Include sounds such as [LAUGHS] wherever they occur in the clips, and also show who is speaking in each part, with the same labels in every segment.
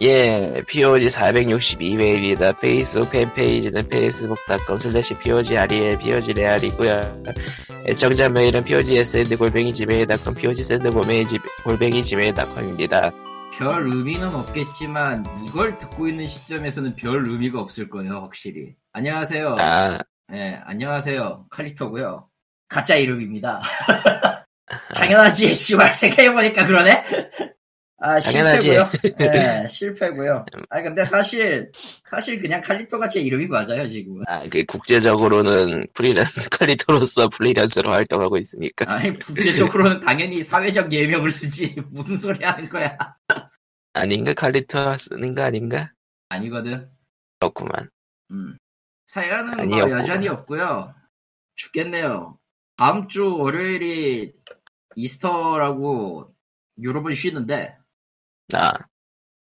Speaker 1: 예, POG 462회입니다. 페이스북 팬페이지는 facebook.com slash POG REL, POG REAL이고요. 애청자 메일은 POG SND 골뱅이 지메일.com, POG SND 골뱅이 지- 골뱅이 지메일.com입니다.
Speaker 2: 별 의미는 없겠지만 이걸 듣고 있는 시점에서는 별 의미가 없을 거예요 확실히 안녕하세요
Speaker 1: 아,
Speaker 2: 예, 안녕하세요 칼리토고요 가짜
Speaker 1: [LAUGHS]
Speaker 2: 이름입니다 당연하지 씨발 생각해보니까 그러네 아
Speaker 1: 당연하지.
Speaker 2: 실패고요
Speaker 1: [LAUGHS]
Speaker 2: 예, 실패고요 아 근데 사실 사실 그냥 칼리토가 제 이름이 맞아요 지금
Speaker 1: 아, 그 국제적으로는 프리랜서, [LAUGHS] 칼리토로서 프리랜서로 활동하고 있으니까.
Speaker 2: 아니 국제적으로는 당연히 사회적 예명을 쓰지 [LAUGHS] 무슨 소리 하는 거야
Speaker 1: 아닌가? 칼리토 쓰는 거 아닌가?
Speaker 2: 아니거든
Speaker 1: 그렇구만.
Speaker 2: 음. 사연은 뭐
Speaker 1: 아니었구나.
Speaker 2: 여전히 없고요. 죽겠네요. 다음 주 월요일이 이스터라고 유럽은 쉬는데
Speaker 1: 아,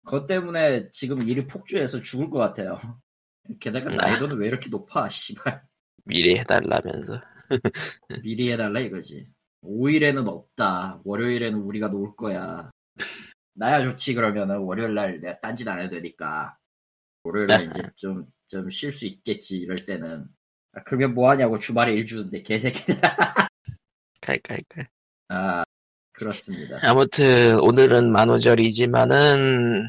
Speaker 2: 그것 때문에 지금 일이 폭주해서 죽을 것 같아요. [LAUGHS] 게다가
Speaker 1: 아.
Speaker 2: 나이도는 왜 이렇게 높아? 씨발
Speaker 1: 미리 해달라면서.
Speaker 2: 미리 해달라 이거지. 5일에는 없다. 월요일에는 우리가 놀 거야. 나야 좋지 그러면은 월요일 날 내가 딴짓 안 해도 되니까 월요일
Speaker 1: 네.
Speaker 2: 날 이제 좀 좀 쉴 수 있겠지 이럴 때는 아, 그러면 뭐 하냐고 주말에 일 주는데 개새끼들 [LAUGHS]
Speaker 1: 칼칼칼.
Speaker 2: 아 그렇습니다
Speaker 1: 아무튼, 오늘은 만우절이지만은,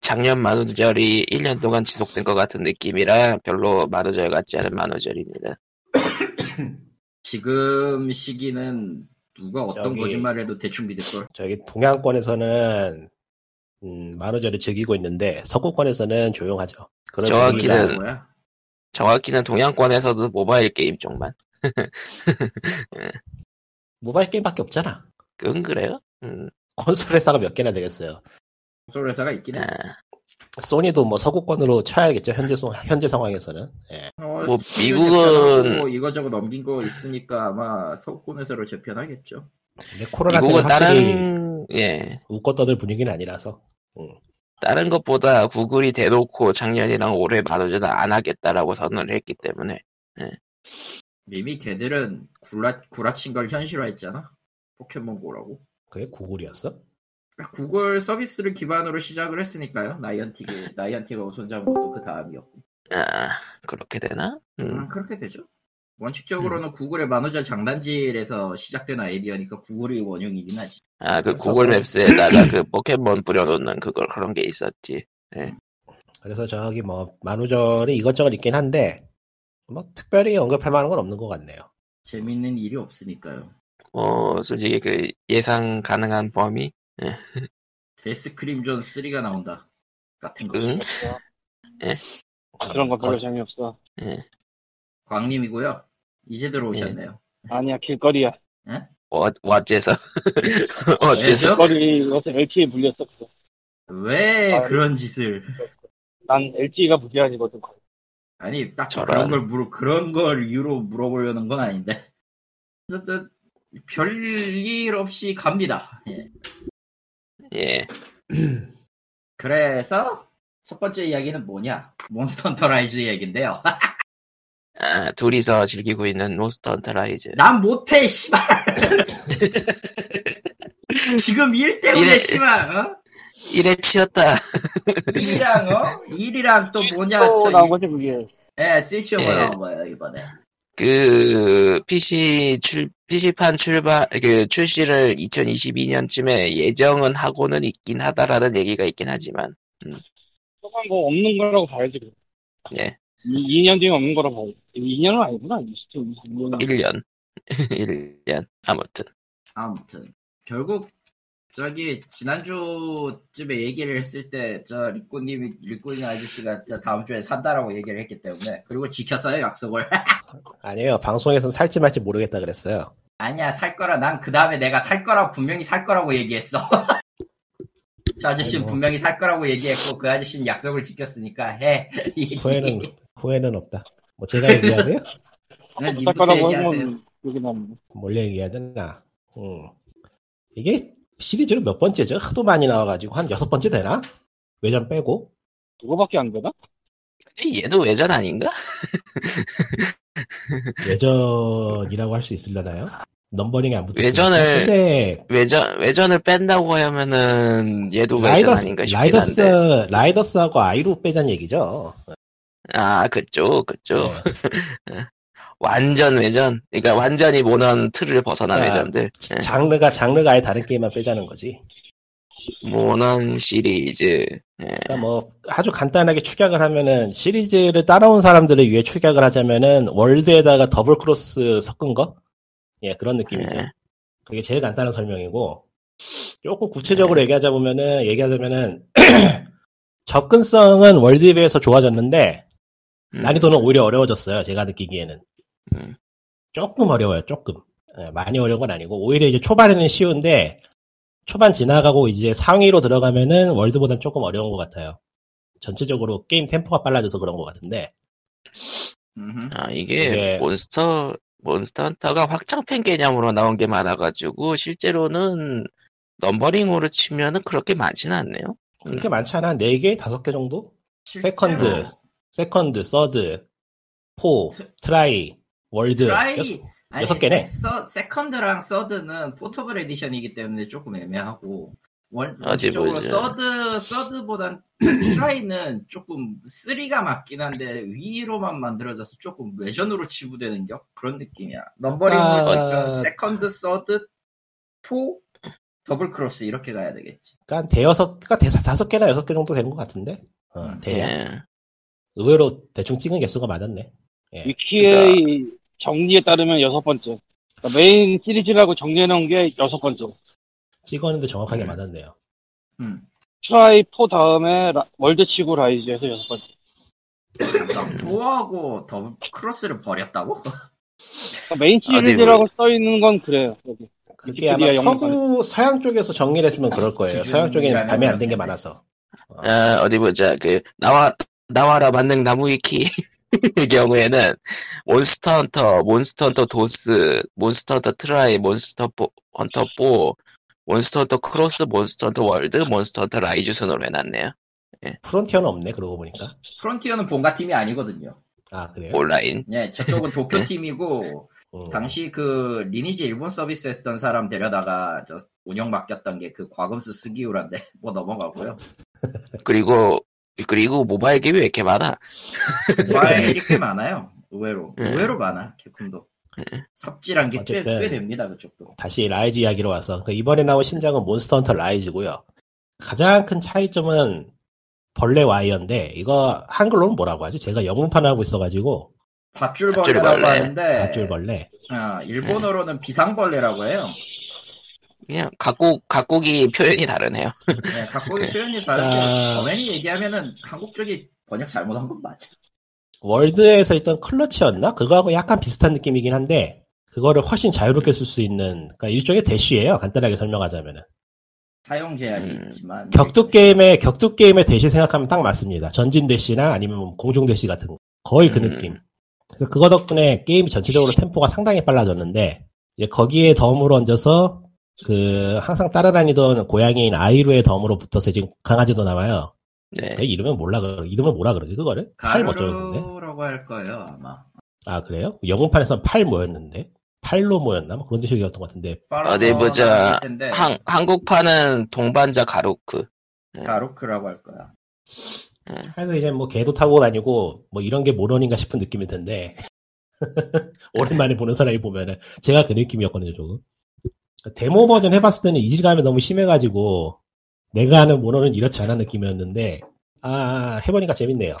Speaker 1: 작년 만우절이 1년 동안 지속된 것 같은 느낌이라 별로 만우절 같지 않은 만우절입니다.
Speaker 2: 지금 시기는 누가 어떤
Speaker 3: 저기-
Speaker 2: 거짓말을 해도 대충 믿을 걸
Speaker 3: 저기 동양권에서는 음, 만우절을 즐기고 있는데 서구권에서는 조용하죠. 그런
Speaker 1: 정확히는-
Speaker 3: 분위기가-
Speaker 2: 아, 뭐야
Speaker 1: 정확히는 동양권에서도 모바일 게임 쪽만.
Speaker 3: 모바일 게임밖에 없잖아.
Speaker 1: 응, 그래요? 음,
Speaker 3: 콘솔 회사가 몇 개나 되겠어요.
Speaker 2: 콘솔 회사가 있긴 해
Speaker 1: 아,
Speaker 3: 소니도 뭐 서구권으로 쳐야겠죠. 현재 소- 현재 상황에서는. 예.
Speaker 2: 어,
Speaker 1: 뭐,
Speaker 2: 수요
Speaker 1: 미국은-
Speaker 2: 재편하고 이거저거 넘긴 거 있으니까 아마 서구권 회사로 재편하겠죠
Speaker 3: 근데 코로나 때문에
Speaker 1: 미국은
Speaker 3: 확실히
Speaker 1: 다른, 예,
Speaker 3: 웃고 떠들 분위기는 아니라서.
Speaker 1: 다른 것보다 구글이 대놓고 작년이랑 올해 만우절 안 하겠다라고 선언을 했기 때문에.
Speaker 2: 이미 걔들은 구라, 구라친 걸 현실화했잖아 포켓몬고라고
Speaker 3: 그게 구글이었어?
Speaker 2: 구글 서비스를 기반으로 시작을 했으니까요 나이언틱이 나이언틱하고 손잡은 것도 그 다음이었고
Speaker 1: 아, 그렇게 되나? 음,
Speaker 2: 음, 그렇게 되죠 원칙적으로는 구글의 만우절 장단지에서 시작된 아이디어니까 구글이 원흉이긴 하지
Speaker 1: 아, 그
Speaker 3: 그래서
Speaker 1: 구글
Speaker 3: 뭐-
Speaker 1: 맵스에다가 그 포켓몬 뿌려놓는 그걸 그런 게 있었지.
Speaker 3: 그래서 저기 뭐 만우절이 이것저것 있긴 한데 뭐 특별히 언급할 만한 건 없는 것 같네요.
Speaker 2: 재밌는 일이 없으니까요.
Speaker 1: 뭐, 솔직히 그 예상 가능한 범위?
Speaker 2: 데스 크림존 3가 나온다. 같은 거.
Speaker 3: 그렇죠.
Speaker 1: 응?
Speaker 2: 예?
Speaker 4: 아, 그런 건 별로
Speaker 3: 거짓-
Speaker 4: 재미없어.
Speaker 2: 광님이고요. 이제 들어오셨네요.
Speaker 4: 아니야, 길거리야.
Speaker 1: 어,
Speaker 3: [LAUGHS]
Speaker 1: 어째서?
Speaker 3: 네.
Speaker 1: 어째서?
Speaker 2: 왜죠?
Speaker 4: 길거리 이것에 LTE 물렸었어.
Speaker 2: 왜
Speaker 4: 아유.
Speaker 2: 그런 짓을?
Speaker 4: 난 LTE가 무기한이거든.
Speaker 2: 아니 딱
Speaker 1: 저런.
Speaker 2: 그런 걸 물어 그런 걸 이유로 물어보려는 건 아닌데. 어쨌든 별일 없이 갑니다. 예.
Speaker 1: 예.
Speaker 2: 그래서 첫 번째 이야기는 뭐냐? 몬스터 헌터 라이즈 얘긴데요. [LAUGHS]
Speaker 1: 아, 둘이서 즐기고 있는 몬스터 헌터 라이즈.
Speaker 2: 난 못해 씨발. [LAUGHS] 지금 일 때문에
Speaker 1: 이래-
Speaker 2: 씨발. 어?
Speaker 1: 이래 치였다.
Speaker 2: 일이랑 어? 일이랑 또 뭐냐?
Speaker 4: 또
Speaker 2: 저기-
Speaker 4: 나온 거지, 그게.
Speaker 2: 예, 스위치로
Speaker 1: 예.
Speaker 2: 나온 거예요 이번에.
Speaker 1: 그 PC 출 PC판 출발 그 출시를 2022년쯤에 예정은 하고는 있긴 하다라는 얘기가 있긴 하지만
Speaker 4: 조금 뭐 없는 거라고 봐야지. 그럼.
Speaker 1: 예.
Speaker 4: 이, 2년 뒤에 없는 거라고 봐야지. 2년은 아니구나. 20년.
Speaker 1: 1년 [LAUGHS] 1년 아무튼
Speaker 2: 아무튼 결국 저기 지난주쯤에 얘기를 했을 때 저 리꼬님이 리꼬님 아저씨가 저 다음 주에 산다라고 얘기를 했기 때문에 그리고 지켰어요 약속을. [LAUGHS]
Speaker 3: 아니에요. 방송에서는 살지 말지 모르겠다 그랬어요.
Speaker 2: 아니야 살 거라 난 그 다음에 내가 살 거라 분명히 살 거라고 얘기했어. [LAUGHS] 저 아저씨는
Speaker 3: 아이고.
Speaker 2: 분명히 살 거라고 얘기했고 그 아저씨는 약속을 지켰으니까 해.
Speaker 1: [LAUGHS]
Speaker 2: 얘기.
Speaker 3: 후회는 후회는 없다. 뭐 제가 얘기해야 돼요?
Speaker 2: 난
Speaker 4: 살
Speaker 2: 님부터
Speaker 4: 거라고
Speaker 2: 얘기하세요.
Speaker 4: 하면 여기 나오는
Speaker 3: 몰래 얘기해야 되나? 음. 이게 시리즈로 몇 번째죠? 하도 많이 나와가지고 한 여섯 번째 되나? 외전 빼고
Speaker 4: 그거밖에 안 되나?
Speaker 1: 근데 얘도 외전 아닌가?
Speaker 3: 외전이라고 할 수 있으려나요? 넘버링이 안 붙었어요.
Speaker 1: 예전에
Speaker 3: 근데
Speaker 1: 외전 외전을 뺀다고 하면은 얘도 그 외전
Speaker 3: 라이더스,
Speaker 1: 아닌가 싶긴
Speaker 3: 라이더스,
Speaker 1: 한데.
Speaker 3: 라이더스하고 아이로 빼자는 얘기죠. 네.
Speaker 1: 아 그쪽 그쪽 완전 외전. 그러니까 완전히 모넌 틀을 벗어난
Speaker 3: 아,
Speaker 1: 외전들. 예.
Speaker 3: 장르가 장르가 아예 다른 게임만 빼자는 거지.
Speaker 1: 모넌 시리즈. 예.
Speaker 3: 그러니까 뭐 아주 간단하게 축약을 하면은 시리즈를 따라온 사람들을 위해 축약을 하자면은 월드에다가 더블 크로스 섞은 거? 예, 그런 느낌이죠.
Speaker 1: 예.
Speaker 3: 그게 제일 간단한 설명이고 조금 구체적으로 얘기하자 보면은 얘기하자면은 [CLEARS THROAT] 접근성은 월드에 비해서 좋아졌는데
Speaker 1: 음.
Speaker 3: 난이도는 오히려 어려워졌어요. 제가 느끼기에는
Speaker 1: 음.
Speaker 3: 조금 어려워요. 조금 예, 많이 어려운 건 아니고 오히려 이제 초반에는 쉬운데 초반 지나가고 이제 상위로 들어가면은 월드보다는 조금 어려운 것 같아요. 전체적으로 게임 템포가 빨라져서 그런 것 같은데
Speaker 2: 음흠.
Speaker 1: 아 이게
Speaker 3: 이게-
Speaker 1: 몬스터 몬스터 헌터가 확장팩 개념으로 나온 게 많아가지고 실제로는 넘버링으로 치면은 그렇게 많진 않네요.
Speaker 2: 음.
Speaker 3: 그렇게 많지 않아? 4개? 5개 정도? 세컨드,
Speaker 2: 실제로
Speaker 3: 세컨드, 서드, 포,
Speaker 2: 음. 트-
Speaker 3: 트라이, 월드
Speaker 2: 드라이 아니,
Speaker 3: 네, 여섯 개네.
Speaker 2: 세- 서, 세컨드랑 서드는 포터블 에디션이기 때문에 조금 애매하고 원,
Speaker 1: 어디
Speaker 2: 원칙적으로
Speaker 1: 보자.
Speaker 2: 서드 서드보단 [CLEARS THROAT] 트라이는 조금 3가 맞긴 한데 위로만 만들어져서 조금 외전으로 치부되는 격 그런 느낌이야. 넘버링으로
Speaker 3: 아.
Speaker 2: 그러니까 세컨드 서드 포 더블 크로스 이렇게 가야 되겠지.
Speaker 3: 그러니까 대여섯, 그러니까 대사 다섯 개나 여섯 개 정도 된 것 같은데. 어,
Speaker 2: 음,
Speaker 3: 대략.
Speaker 1: 예.
Speaker 3: 의외로 대충 찍은 개수가 맞았네.
Speaker 4: 위키의
Speaker 2: 그러니까.
Speaker 4: 정리에 따르면 여섯 번째. 그러니까 메인 시리즈라고 정리해놓은 게 여섯 번째.
Speaker 3: 찍었는데 정확하게
Speaker 1: 음.
Speaker 3: 맞았네요.
Speaker 2: 음.
Speaker 4: 트라이 4 다음에 라- 월드치고 라이즈에서 여섯 번째.
Speaker 2: 잠깐 포하고 더블 크로스를 버렸다고? [LAUGHS]
Speaker 4: 그러니까 메인
Speaker 1: 아, 네,
Speaker 4: 시리즈라고
Speaker 2: 뭐.
Speaker 4: 써 있는 건 그래요. 여기.
Speaker 3: 그게 아마
Speaker 4: 위키피디아
Speaker 3: 서구, 서양 쪽에서 정리를 했으면 그럴 거예요. 서양 쪽에는
Speaker 2: 기준이라는
Speaker 3: 밤에 안 된 게
Speaker 2: 건
Speaker 3: 많아서. 어,
Speaker 1: 아, 어디 보자 그 나와 나와라 만능 나무위키 [LAUGHS] 의 경우에는 몬스터 헌터, 몬스터 헌터 도스, 몬스터 헌터 트라이, 몬스터 포, 헌터 포, 몬스터 헌터 크로스, 몬스터 헌터 월드, 몬스터 헌터 라이즈 순으로 해놨네요.
Speaker 3: 프론티어는 없네, 그러고 보니까.
Speaker 2: 프론티어는 본가 팀이 아니거든요.
Speaker 3: 아, 그래요?
Speaker 1: 온라인.
Speaker 2: 예, 저쪽은 도쿄 팀이고
Speaker 3: 음.
Speaker 2: 당시 그 리니지 일본 서비스 했던 사람 데려다가 저 운영 맡겼던 게 그 과금수 스기우란데 [LAUGHS] 뭐 넘어가고요.
Speaker 1: 그리고 그리고 모바일 게임이 왜 이렇게 많아?
Speaker 2: 모바일 일이 꽤 많아요. 의외로
Speaker 1: 예.
Speaker 2: 의외로 많아 개콘도 삽질한 게 꽤
Speaker 3: 어쨌든.
Speaker 2: 꽤 됩니다 그쪽도.
Speaker 3: 다시 라이즈 이야기로 와서. 그 이번에 나온 신작은 몬스터 헌터 라이즈고요. 가장 큰 차이점은 벌레 와이어인데, 이거 한글로는 뭐라고 하지? 제가 영문판 하고 있어가지고,
Speaker 2: 밧줄벌레라고
Speaker 1: 밧줄벌레.
Speaker 2: 하는데
Speaker 3: 밧줄벌레.
Speaker 2: 아, 일본어로는 비상벌레라고 해요.
Speaker 1: 그냥 각국 각국이 표현이 다르네요.
Speaker 2: 네, 각국의 표현이 다른
Speaker 3: 아.
Speaker 2: 게 어맨이 얘기하면은 한국 쪽이 번역 잘못한 건 맞아.
Speaker 3: 월드에서 있던 클러치였나? 그거하고 약간 비슷한 느낌이긴 한데 그거를 훨씬 자유롭게 쓸 수 있는 그러니까 일종의 대쉬예요. 간단하게 설명하자면은
Speaker 2: 사용 제한이
Speaker 1: 음.
Speaker 2: 있지만
Speaker 3: 격투 게임의 격투 게임의 대쉬 생각하면 딱 맞습니다. 전진 대쉬나 아니면 공중 대쉬 같은 거 거의 그
Speaker 1: 음.
Speaker 3: 느낌. 그래서 그거 덕분에 게임이 전체적으로 템포가 상당히 빨라졌는데 이제 거기에 덤으로 얹어서 그 항상 따라다니던 고양이인 아이루의 덤으로 붙어서 지금 강아지도 나와요.
Speaker 1: 네.
Speaker 3: 그 이름은 몰라 그 이름을 뭐라 그러지 그거를? 팔 뭐죠?
Speaker 2: 가루라고 할 거예요 아마.
Speaker 3: 아 그래요? 영문판에서 팔 뭐였는데? 팔로 뭐였나? 뭐 그런 뜻이었던 것 같은데
Speaker 1: 어디 보자.
Speaker 2: 팔로워가 있을 텐데
Speaker 1: 한 한국판은 동반자 가로크.
Speaker 2: 가루크라고 할 거야.
Speaker 3: 그래서 이제 뭐 개도 타고 다니고 뭐 이런 게 모론인가 싶은 느낌이 든데 [LAUGHS] 오랜만에 보는 사람이 보면은 제가 그 느낌이었거든요 조금 데모 버전 해봤을 때는 이질감이 너무 심해가지고 내가 아는 모론은 이렇지 않은 느낌이었는데 아, 아 해보니까 재밌네요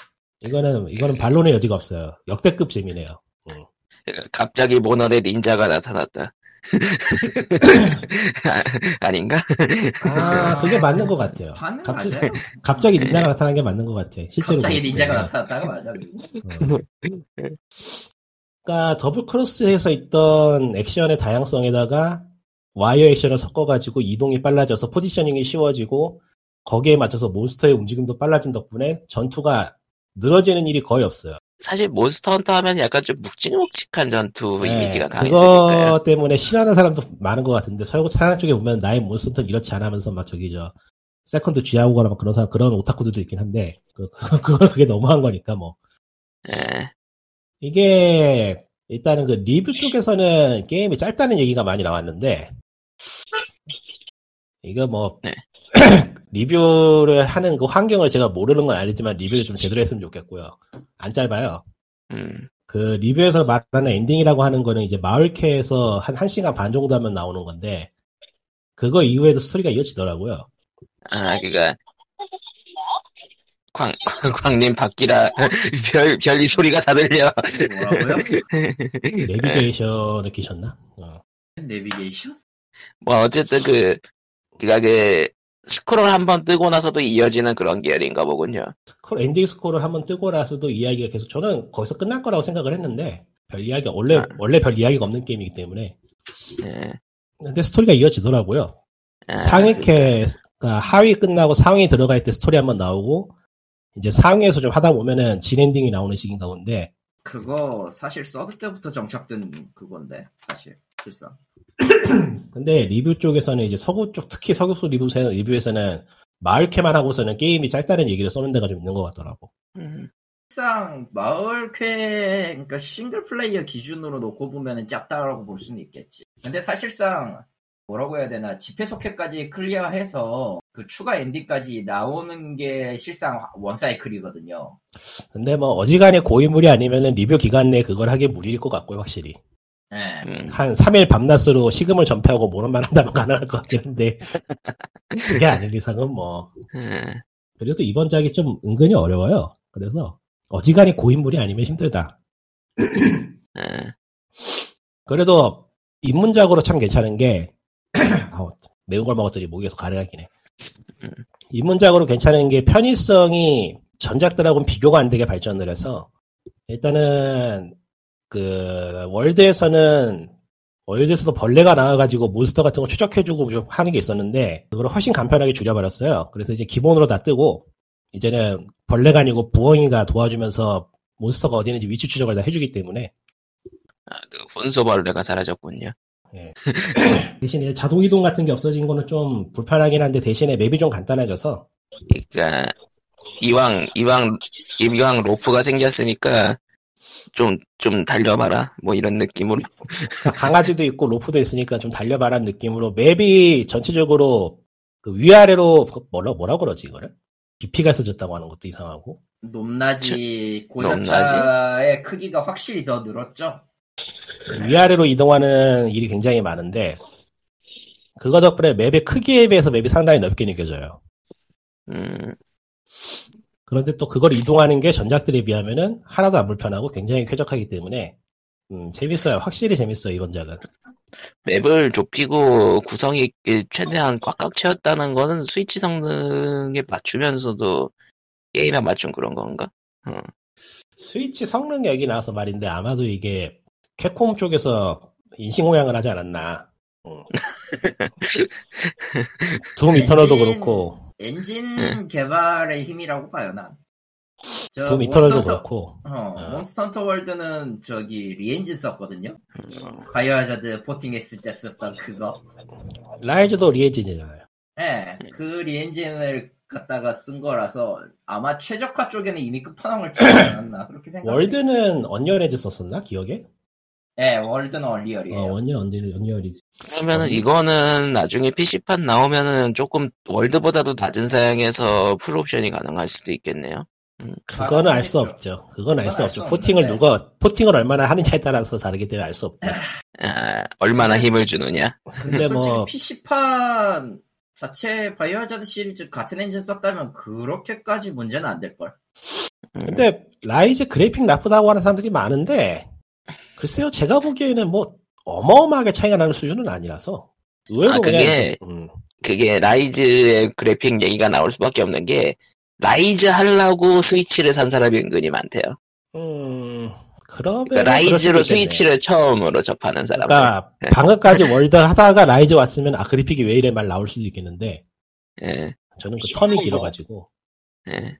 Speaker 3: 이거는 이거는 반론의 여지가 없어요 역대급 재미네요
Speaker 1: 갑자기 모넌의 닌자가 나타났다. [LAUGHS] 아, 닌가
Speaker 3: 아 그게 맞는 것 같아요
Speaker 2: 반응
Speaker 3: 갑자기-
Speaker 2: 맞아요.
Speaker 3: [LAUGHS] 갑자기 닌자가 나타난 게 맞는 것 같아 실제로
Speaker 2: 네. 갑자기
Speaker 3: 보니까.
Speaker 2: 닌자가 나타났다가 맞아. 그리고.
Speaker 3: 음.
Speaker 1: 네.
Speaker 3: 그러니까 더블 크로스에서 있던 액션의 다양성에다가 와이어 액션을 섞어가지고 이동이 빨라져서 포지셔닝이 쉬워지고 거기에 맞춰서 몬스터의 움직임도 빨라진 덕분에 전투가 늘어지는 일이 거의 없어요.
Speaker 1: 사실 몬스터 헌터 하면 약간 좀 묵직묵직한 전투
Speaker 3: 네,
Speaker 1: 뭐 이미지가 강했으니까요.
Speaker 3: 그거 때문에 싫어하는 사람도 많은 것 같은데 서구 차양 쪽에 보면 나의 몬스터 이렇지 않으면서 막 저기죠 세컨드 쥐하고 거나 막 그런 사람 그런 오타쿠들도 있긴 [LAUGHS] 한데 그, 그건 그게 너무한 거니까 뭐
Speaker 1: 예.
Speaker 3: 이게 일단은 그 리뷰 쪽에서는 게임이 짧다는 얘기가 많이 나왔는데 이거 뭐
Speaker 1: 네.
Speaker 3: [CLEARS THROAT] 리뷰를 하는 그 환경을 제가 모르는 건 아니지만 리뷰를 좀 제대로 했으면 좋겠고요. 안 짧아요.
Speaker 1: 음,
Speaker 3: 그 리뷰에서 말하는 엔딩이라고 하는 거는 이제 마을캐에서 한 1시간 반 정도 하면 나오는 건데 그거 이후에도 스토리가 이어지더라고요.
Speaker 1: 아, 그니까. 광, [LAUGHS] 광, 광님 바뀌라. [LAUGHS] 별, 별이 소리가 다 들려.
Speaker 3: [LAUGHS]
Speaker 2: 뭐라고요?
Speaker 3: 네. 내비게이션을 끼셨나? 어.
Speaker 2: 내비게이션?
Speaker 1: 뭐, 어쨌든 그, 그니까 그, 스크롤 한 번 뜨고 나서도 이어지는 그런 계열인가 보군요.
Speaker 3: 스콜, 엔딩 스코어를 한번 뜨고 나서도 이야기가 계속 저는 거기서 끝날 거라고 생각을 했는데 별 이야기 원래
Speaker 1: 아.
Speaker 3: 원래 별 이야기가 없는 게임이기 때문에
Speaker 1: 예.
Speaker 3: 근데 스토리가 이어지더라고요.
Speaker 1: 아,
Speaker 3: 상위캐 그러니까 하위 끝나고 상위 들어갈 때 스토리 한번 나오고 이제 상위에서 좀 하다 보면은 진엔딩이 나오는 식인가 본데
Speaker 2: 그거 사실 서브 때부터 정착된 그건데 사실 실상
Speaker 3: 근데 리뷰 쪽에서는 이제 서구 쪽 특히 서구 쪽 리뷰에서는, 리뷰에서는 마을캐만 하고서는 게임이 짧다는 얘기를 써놓은 데가 좀 있는 것 같더라고.
Speaker 1: 음,
Speaker 2: 실상 마을캐 그러니까 싱글 플레이어 기준으로 놓고 보면은 짧다라고 볼 수는 있겠지. 근데 사실상 뭐라고 해야 되나 집회 속회까지 클리어해서 그 추가 엔딩까지 나오는 게 실상 원 사이클이거든요.
Speaker 3: 근데 뭐 어지간히 고인물이 아니면은 리뷰 기간 내에 그걸 하기 무리일 것 같고요, 확실히.
Speaker 2: 예.
Speaker 1: 음.
Speaker 3: 한 3일 밤낮으로 식음을 전폐하고 모른만 한다면 가능할 것 같긴 한데 그게 아닌 이상은 뭐
Speaker 1: 음.
Speaker 3: 그래도 이번 작이 좀 은근히 어려워요. 그래서 어지간히 고인물이 아니면 힘들다.
Speaker 1: 음.
Speaker 3: 그래도 입문작으로 참 괜찮은 게 [CLEARS THROAT] 아우, 매운 걸 먹었더니 목에서 가래가긴 해. 입문작으로 괜찮은 게 편의성이 전작들하고는 비교가 안 되게 발전을 해서 일단은 그 월드에서는 월드에서도 벌레가 나와가지고 몬스터 같은 거 추적해주고 좀 하는 게 있었는데 그걸 훨씬 간편하게 줄여버렸어요. 그래서 이제 기본으로 다 뜨고 이제는 벌레가 아니고 부엉이가 도와주면서 몬스터가 어디 있는지 위치 추적을 다 해주기 때문에
Speaker 1: 아, 그 훈소벌레가 사라졌군요.
Speaker 3: 대신에 자동 이동 같은 게 없어진 거는 좀 불편하긴 한데 대신에 맵이 좀 간단해져서 [LAUGHS]
Speaker 1: 그러니까 이왕 이왕 이왕 로프가 생겼으니까 좀 좀 달려봐라 뭐 이런 느낌으로
Speaker 3: 강아지도 있고 로프도 있으니까 좀 달려봐란 느낌으로 맵이 전체적으로 그 위아래로 뭐라 뭐라 그러지 이거를 깊이가 써졌다고 하는 것도 이상하고
Speaker 2: 높낮이 고자차의 크기가 확실히 더 늘었죠.
Speaker 3: 위아래로 이동하는 일이 굉장히 많은데 그거 덕분에 맵의 크기에 비해서 맵이 상당히 넓게 느껴져요.
Speaker 1: 음,
Speaker 3: 그런데 또 그걸 이동하는 게 전작들에 비하면은 하나도 안 불편하고 굉장히 쾌적하기 때문에 음, 재밌어요. 확실히 재밌어요 이번 작은.
Speaker 1: 맵을 좁히고 구성이 최대한 꽉꽉 채웠다는 거는 스위치 성능에 맞추면서도 게임에 맞춘 그런 건가?
Speaker 3: 스위치 성능 얘기 나와서 말인데 아마도 이게 캡콤 쪽에서 인신공양을 하지 않았나. 음. 둠 이터널도 그렇고
Speaker 2: 엔진
Speaker 1: 네.
Speaker 2: 개발의 힘이라고 봐요 난. 저
Speaker 3: 둠 이터널도
Speaker 2: 몬스터 헌터-
Speaker 3: 그렇고
Speaker 2: 어,
Speaker 3: 어.
Speaker 2: 몬스터헌터 월드는 저기 리엔진 썼거든요. 바이오하자드 포팅했을 때 썼던 그거.
Speaker 3: 라이즈도 리에진이잖아요.
Speaker 2: 예, 그 리엔진을 갖다가 쓴 거라서 아마 최적화 쪽에는 이미
Speaker 3: [COUGHS]
Speaker 2: 끝판왕을 치지 않았나 그렇게 생각.
Speaker 3: 월드는 언리얼에즈 썼었나 기억에?
Speaker 2: 예, 월드는
Speaker 3: 어,
Speaker 2: 얼리얼이에요.
Speaker 3: 언리얼 언리얼 언리얼이지.
Speaker 1: 그러면은 이거는 나중에 PC판 나오면은 조금 월드보다도 낮은 사양에서 풀 옵션이 가능할 수도 있겠네요.
Speaker 3: 그거는 알 수
Speaker 2: 가능하겠죠.
Speaker 3: 없죠. 그건 알
Speaker 2: 그건
Speaker 3: 수
Speaker 2: 알
Speaker 3: 없죠.
Speaker 2: 수
Speaker 3: 포팅을
Speaker 2: 없는데.
Speaker 3: 누가 포팅을 얼마나 하느냐에 따라서 다르기 때문에 알 수 없고.
Speaker 1: 아, 얼마나 힘을 주느냐?
Speaker 3: 근데
Speaker 2: 솔직히
Speaker 3: 뭐
Speaker 2: PC판 자체 바이오하자드 시리즈 같은 엔진 썼다면 그렇게까지 문제는 안 될 걸.
Speaker 1: 음.
Speaker 3: 근데 라이즈 그래픽 나쁘다고 하는 사람들이 많은데 글쎄요 제가 보기에는 뭐 어마어마하게 차이가 나는 수준은 아니라서 의외로
Speaker 1: 아, 그게
Speaker 3: 그냥 좀, 음,
Speaker 1: 그게 라이즈의 그래픽 얘기가 나올 수밖에 없는 게 라이즈 하려고 스위치를 산 사람이 은근히 많대요.
Speaker 3: 음, 그러면
Speaker 1: 그러니까
Speaker 3: 그럴 수도
Speaker 1: 라이즈로
Speaker 3: 있겠네.
Speaker 1: 스위치를 네. 처음으로 접하는 사람.
Speaker 3: 그러니까
Speaker 1: [LAUGHS]
Speaker 3: 방금까지 월드 하다가 라이즈 왔으면 아 그래픽이 왜 이래 말 나올 수도 있겠는데
Speaker 1: 예,
Speaker 3: 저는 그 텀이 길어가지고
Speaker 1: 예.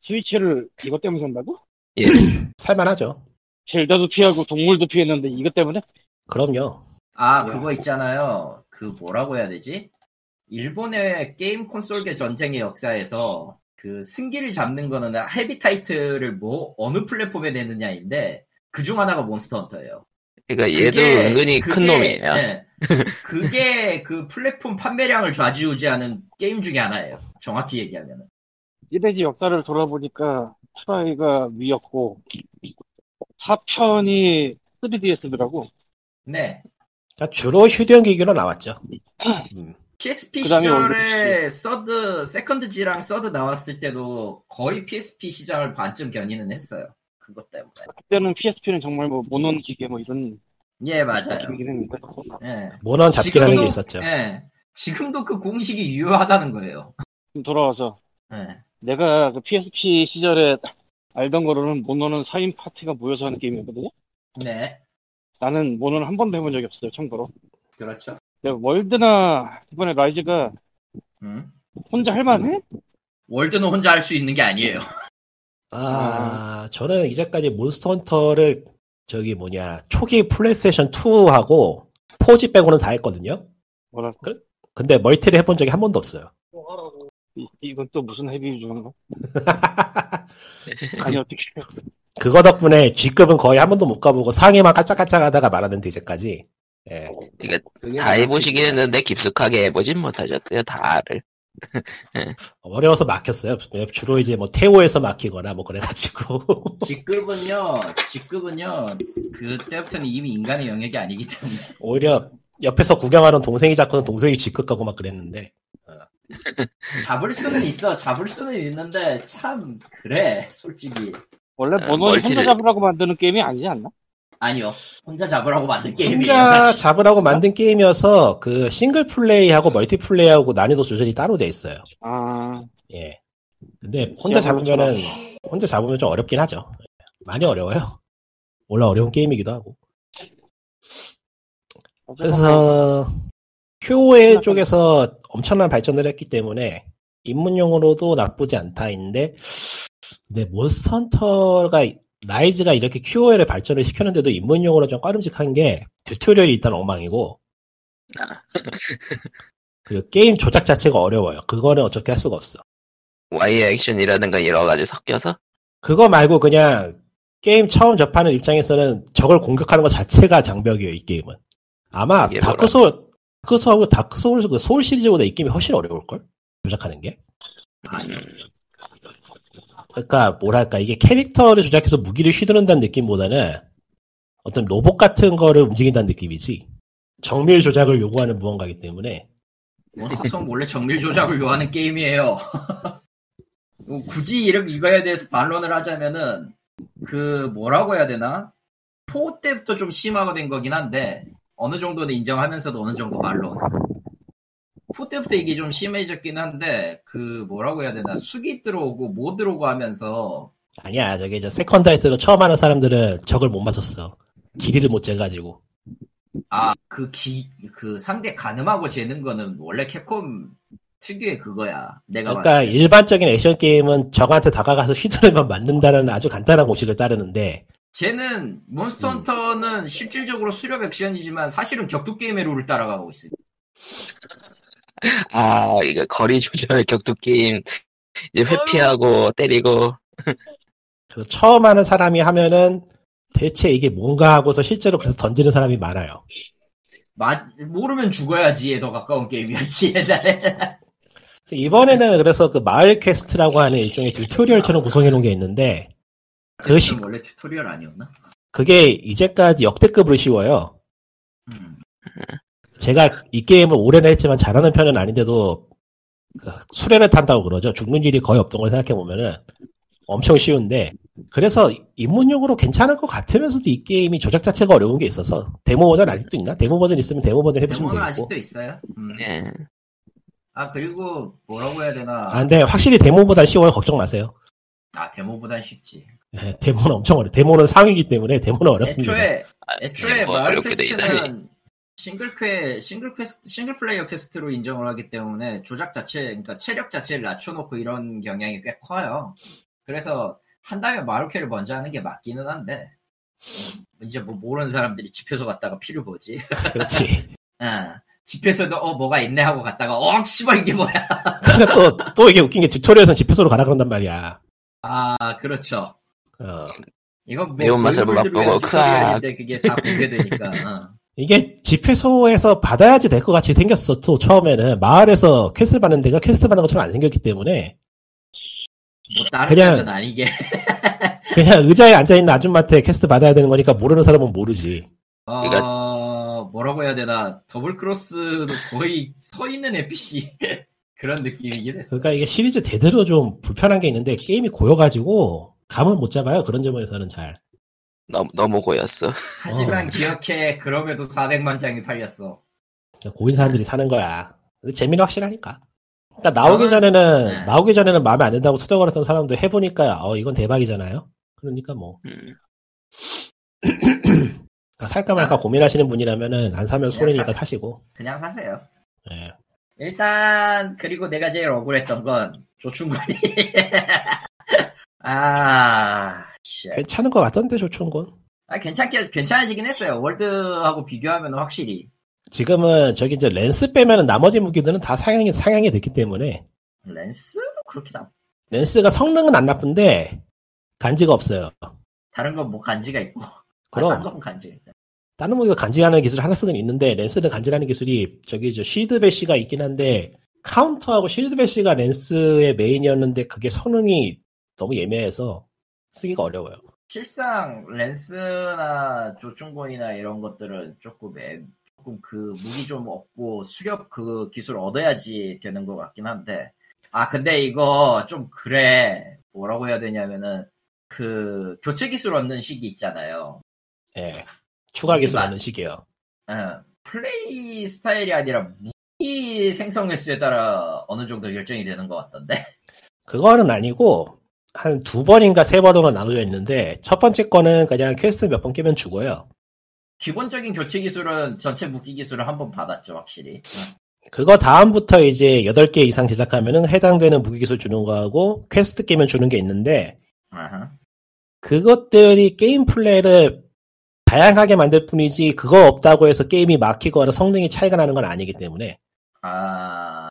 Speaker 4: 스위치를 이것 때문에 산다고?
Speaker 3: 살만하죠.
Speaker 4: 젤다도 피하고 동물도 피했는데 이것 때문에?
Speaker 3: 그럼요.
Speaker 2: 아,
Speaker 4: 뭐야?
Speaker 2: 그거 있잖아요. 그 뭐라고 해야 되지? 일본의 게임 콘솔계 전쟁의 역사에서 그 승기를 잡는 거는 헤비 타이틀을 뭐 어느 플랫폼에 내느냐인데 그중 하나가 몬스터 헌터예요.
Speaker 1: 그러니까 얘도 은근히 큰 놈이에요. [LAUGHS]
Speaker 2: 네. 그게 그 플랫폼 판매량을 좌지우지하는 게임 중에 하나예요. 정확히 얘기하면.
Speaker 4: 시리즈 역사를 돌아보니까 트라이가 위였고 4편이 3DS더라고.
Speaker 2: 네.
Speaker 3: 그러니까 주로 휴대용 기기로 나왔죠. 음.
Speaker 2: PSP
Speaker 4: 그다음에
Speaker 2: 시절에 서드, 세컨드지랑 서드 나왔을 때도 거의 PSP 시장을 반쯤 견인은 했어요. 그것 때문에.
Speaker 4: 그때는 PSP는 정말 뭐 모논 기계 뭐 이런
Speaker 2: 예, 맞아요.
Speaker 4: 기기는데
Speaker 2: 예.
Speaker 3: 모넌 잡기라는
Speaker 2: 지금도-
Speaker 3: 게 있었죠.
Speaker 2: 예. 지금도 그 공식이 유효하다는 거예요.
Speaker 4: 돌아와서
Speaker 2: 예.
Speaker 4: 내가 그 PSP 시절에 알던 거로는 모논은 4인 파티가 모여서 하는 게임이었거든요.
Speaker 2: 네.
Speaker 4: 나는 모논 한 번도 해본 적이 없어요. 참고로.
Speaker 2: 그렇죠.
Speaker 4: 근데 월드나 이번에 라이즈가
Speaker 2: 음.
Speaker 4: 혼자 할만해?
Speaker 2: 월드는 혼자 할 수 있는 게 아니에요. [LAUGHS]
Speaker 3: 아, 저는 이제까지 몬스터 헌터를 저기 뭐냐 초기 플레이스테이션 2하고 4G 빼고는 다 했거든요. 그,
Speaker 4: 뭐라
Speaker 3: 근데 멀티를 해본 적이 한 번도 없어요.
Speaker 4: 이- 이건 또 무슨 헤비 주는 거? 아니 어떻게
Speaker 3: 그거 덕분에 G급은 거의 한 번도 못 가보고 상해만 깔짝깔짝하다가 말았는데 이제까지. 예.
Speaker 1: 그러니까 다 해보시긴 했는데 깊숙하게 해보진 못하셨대요 다를.
Speaker 3: 어려워서 막혔어요. 주로 이제 뭐 태오에서 막히거나 뭐 그래가지고. [LAUGHS]
Speaker 2: 직급은요, 직급은요, 그때부터는 이미 인간의 영역이 아니기 때문에.
Speaker 3: 오히려 옆에서 구경하는 동생이 자꾸는 동생이 직급 가고 막 그랬는데.
Speaker 2: 잡을 수는 있어, 잡을 수는 있는데, 참, 그래, 솔직히.
Speaker 4: 원래
Speaker 1: 아,
Speaker 4: 모논이
Speaker 1: 멀티를-
Speaker 4: 혼자 잡으라고 만드는 게임이 아니지 않나?
Speaker 2: 아니요, 혼자 잡으라고 만든 게임이에요,
Speaker 3: 혼자
Speaker 2: 사실.
Speaker 3: 잡으라고 만든 게임이어서 그 싱글 플레이하고 멀티 플레이하고 난이도 조절이 따로 돼 있어요.
Speaker 4: 아
Speaker 3: 예. 근데 혼자 잡으면은 혼자 잡으면 좀 어렵긴 하죠. 예. 많이 어려워요. [LAUGHS] 원래 어려운 게임이기도 하고.
Speaker 4: 뭐
Speaker 3: 그래서 QOA 쪽에서 엄청난 발전을 했기 때문에 입문용으로도 나쁘지 않다인데 근데 몬스터헌터가 라이즈가 이렇게 QOL을 발전을 시켰는데도 입문용으로 좀 까름직한 게 튜토리얼이 일단 엉망이고 그리고 게임 조작 자체가 어려워요. 그거는 어떻게 할 수가 없어.
Speaker 1: 와이어 액션이라든가 여러 가지 섞여서
Speaker 3: 그거 말고 그냥 게임 처음 접하는 입장에서는 저걸 공격하는 것 자체가 장벽이에요, 이 게임은. 아마
Speaker 1: 이게
Speaker 3: 다크소울, 다크소울하고 다크소울, 그 소울 시리즈보다 이 게임이 훨씬 어려울걸? 조작하는 게.
Speaker 2: 아니,
Speaker 3: 그러니까 뭐랄까, 이게 캐릭터를 조작해서 무기를 휘두른다는 느낌보다는 어떤 로봇 같은 거를 움직인다는 느낌이지. 정밀 조작을 요구하는 무언가이기 때문에.
Speaker 2: 몬스터는 원래 뭐 정밀 조작을 요하는 게임이에요. [LAUGHS] 어, 굳이 이렇게 이거에 대해서 반론을 하자면은, 그, 뭐라고 해야 되나? 4 때부터 좀 심화가 된 거긴 한데, 어느 정도는 인정하면서도 어느 정도 반론. 4 때부터 이게 좀 심해졌긴 한데, 그, 뭐라고 해야 되나? 숙이 들어오고, 못 들어오고 하면서,
Speaker 3: 아니야, 저게 저 세컨 타이틀로 처음 하는 사람들은 적을 못 맞췄어. 길이를 못 재가지고.
Speaker 2: 아, 그 기, 그 상대 가늠하고 재는 거는 원래 캡콤 특유의 그거야. 내가 봤을
Speaker 3: 그러니까 일반적인 액션 게임은 적한테 다가가서 휘두르면 맞는다는 아주 간단한 공식을 따르는데
Speaker 2: 쟤는 몬스터
Speaker 3: 음.
Speaker 2: 헌터는 실질적으로 수렵 액션이지만 사실은 격투 게임의 룰을 따라가고 있습니다.
Speaker 1: 아 이거 거리 조절 격투 게임
Speaker 2: 어.
Speaker 1: 이제 회피하고 때리고
Speaker 3: 그 처음 하는 사람이 하면은 대체 이게 뭔가 하고서 실제로 그래서 던지는 사람이 많아요.
Speaker 2: 마- 모르면 죽어야지에 더 가까운 게임이었지 옛날에.
Speaker 3: 그래서 이번에는 그래서 그 마을 퀘스트라고 하는 일종의 튜토리얼처럼 구성해 놓은 게 있는데 [LAUGHS] 그 시-
Speaker 2: 그것은 원래 튜토리얼 아니었나?
Speaker 3: 그게 이제까지 역대급으로 쉬워요.
Speaker 2: 음.
Speaker 3: 제가 이 게임을 오래는 했지만 잘하는 편은 아닌데도 그 수레를 탄다고 그러죠. 죽는 일이 거의 없던 걸 생각해 보면은 엄청 쉬운데 그래서 입문용으로 괜찮을 것 같으면서도 이 게임이 조작 자체가 어려운 게 있어서 데모 버전 아직도 있나? 데모 버전 있으면 데모 버전 해보시면
Speaker 2: 데모는
Speaker 3: 되겠고.
Speaker 2: 아직도 있어요. 음.
Speaker 1: 예.
Speaker 2: 아 그리고 뭐라고 해야 되나?
Speaker 3: 아 근데 확실히 데모보다 쉬워요. 걱정 마세요.
Speaker 2: 아 데모보단 쉽지.
Speaker 3: 예, 데모는 엄청 어려. 데모는 상위기 때문에 데모는 어렵습니다.
Speaker 2: 애초에
Speaker 1: 아,
Speaker 2: 애초에
Speaker 1: 뭐
Speaker 2: 마을
Speaker 1: 어렵게 돼 있다니
Speaker 2: 퀘스트는 싱글 퀘 싱글 퀘스트 싱글 플레이어 퀘스트로 인정을 하기 때문에 조작 자체 그러니까 체력 자체를 낮춰놓고 이런 경향이 꽤 커요. 그래서 한다면 마을 퀘를 먼저 하는 게 맞기는 한데 음, 이제 뭐 모르는 사람들이 집회소 갔다가 피를 보지. [LAUGHS]
Speaker 3: 그렇지.
Speaker 2: 아, 집회소도 어 뭐가 있네 하고 갔다가 어 씨발 이게 뭐야.
Speaker 3: 그러니까 또 또 이게 웃긴 게 튜토리얼에서는 집회소로 가라 그런단 말이야.
Speaker 2: 아 그렇죠.
Speaker 3: 어.
Speaker 2: 아, 이건 뭐
Speaker 1: 매운맛을 못
Speaker 2: 얼굴들
Speaker 1: 맛보고
Speaker 2: 위한
Speaker 1: 크아.
Speaker 2: 튜토리얼인데 그게 다 공개되니까. 어,
Speaker 3: 이게 집회소에서 받아야지 될 것 같이 생겼어. 또 처음에는 마을에서 퀘스트 받는 데가 퀘스트 받는 것처럼 안 생겼기 때문에
Speaker 2: 뭐 다른
Speaker 3: 그냥-
Speaker 2: 데는 아니게.
Speaker 3: 그냥 의자에 앉아 있는 아줌마한테 퀘스트 받아야 되는 거니까 모르는 사람은 모르지.
Speaker 2: 어,
Speaker 3: 그러니까
Speaker 2: 아, 뭐라고 해야 되나. 더블 크로스도 거의 서 있는 NPC. [LAUGHS] 그런 느낌이긴 했어.
Speaker 3: 그러니까 이게 시리즈 대대로 좀 불편한 게 있는데 게임이 고여가지고 감을 못 잡아요. 그런 점에서는 잘.
Speaker 1: 너무, 너무 고였어.
Speaker 2: 하지만
Speaker 3: 어.
Speaker 2: 기억해. 그럼에도 400만 장이 팔렸어.
Speaker 3: 그냥 고인 사람들이 사는 거야. 근데 재미는 확실하니까. 그러니까 나오기
Speaker 2: 저는-
Speaker 3: 전에는
Speaker 2: 네.
Speaker 3: 나오기 전에는 마음에 안 든다고 투덜거렸던 사람도 해보니까 어 이건 대박이잖아요. 그러니까 뭐 [CLEARS THROAT]
Speaker 1: 음.
Speaker 3: 그러니까 살까 말까 고민하시는 분이라면은 안 사면 손해니까
Speaker 2: 네, 사세요.
Speaker 3: 사시고.
Speaker 2: 그냥 사세요.
Speaker 3: 예.
Speaker 2: 일단 그리고 내가 제일 억울했던 건 조충곤이. [LAUGHS] 아, 씨.
Speaker 3: 괜찮은 것 같던데 조충곤.
Speaker 2: 아 괜찮게 괜찮아지긴 했어요. 월드하고 비교하면 확실히.
Speaker 3: 지금은 저기 이제 렌스 빼면은 나머지 무기들은 다 상향이 상향이 됐기 때문에
Speaker 2: 렌스도 그렇게 나.
Speaker 3: 렌스가 성능은 안 나쁜데 간지가 없어요.
Speaker 2: 다른 건 뭐 간지가 있고. 아,
Speaker 3: 그럼.
Speaker 2: 싼건 간지가 있다.
Speaker 3: 다른 무기가 간지라는 기술 하나씩은 있는데 렌스는 간지라는 기술이 저기 저 쉴드 베시가 있긴 한데 카운터하고 쉴드 베시가 렌스의 메인이었는데 그게 성능이 너무 예매해서 쓰기가 어려워요.
Speaker 2: 실상 렌스나 조충곤이나 이런 것들은 조금 애, 조금 그 무기 좀 얻고 수렵 그 기술 얻어야지 되는 것 같긴 한데 아 근데 이거 좀 그래 뭐라고 해야 되냐면은 그 교체 기술 얻는 시기 있잖아요.
Speaker 3: 예. 추가 기술
Speaker 2: 맞-
Speaker 3: 하는 식이에요.
Speaker 2: 어, 플레이 스타일이 아니라 무기 생성 횟수에 따라 어느 정도 결정이 되는 것 같던데 [LAUGHS]
Speaker 3: 그거는 아니고 한 두 번인가 세 번으로 나눠져 있는데 첫 번째 거는 그냥 퀘스트 몇 번 깨면 죽어요.
Speaker 2: 기본적인 교체 기술은 전체 무기 기술을 한 번 받았죠 확실히. 어.
Speaker 3: 그거 다음부터 이제 8개 이상 제작하면은 해당되는 무기 기술 주는 거하고 퀘스트 깨면 주는 게 있는데
Speaker 2: 아하.
Speaker 3: 그것들이 게임 플레이를 다양하게 만들 뿐이지 그거 없다고 해서 게임이 막히거나 성능이 차이가 나는 건 아니기 때문에
Speaker 2: 아,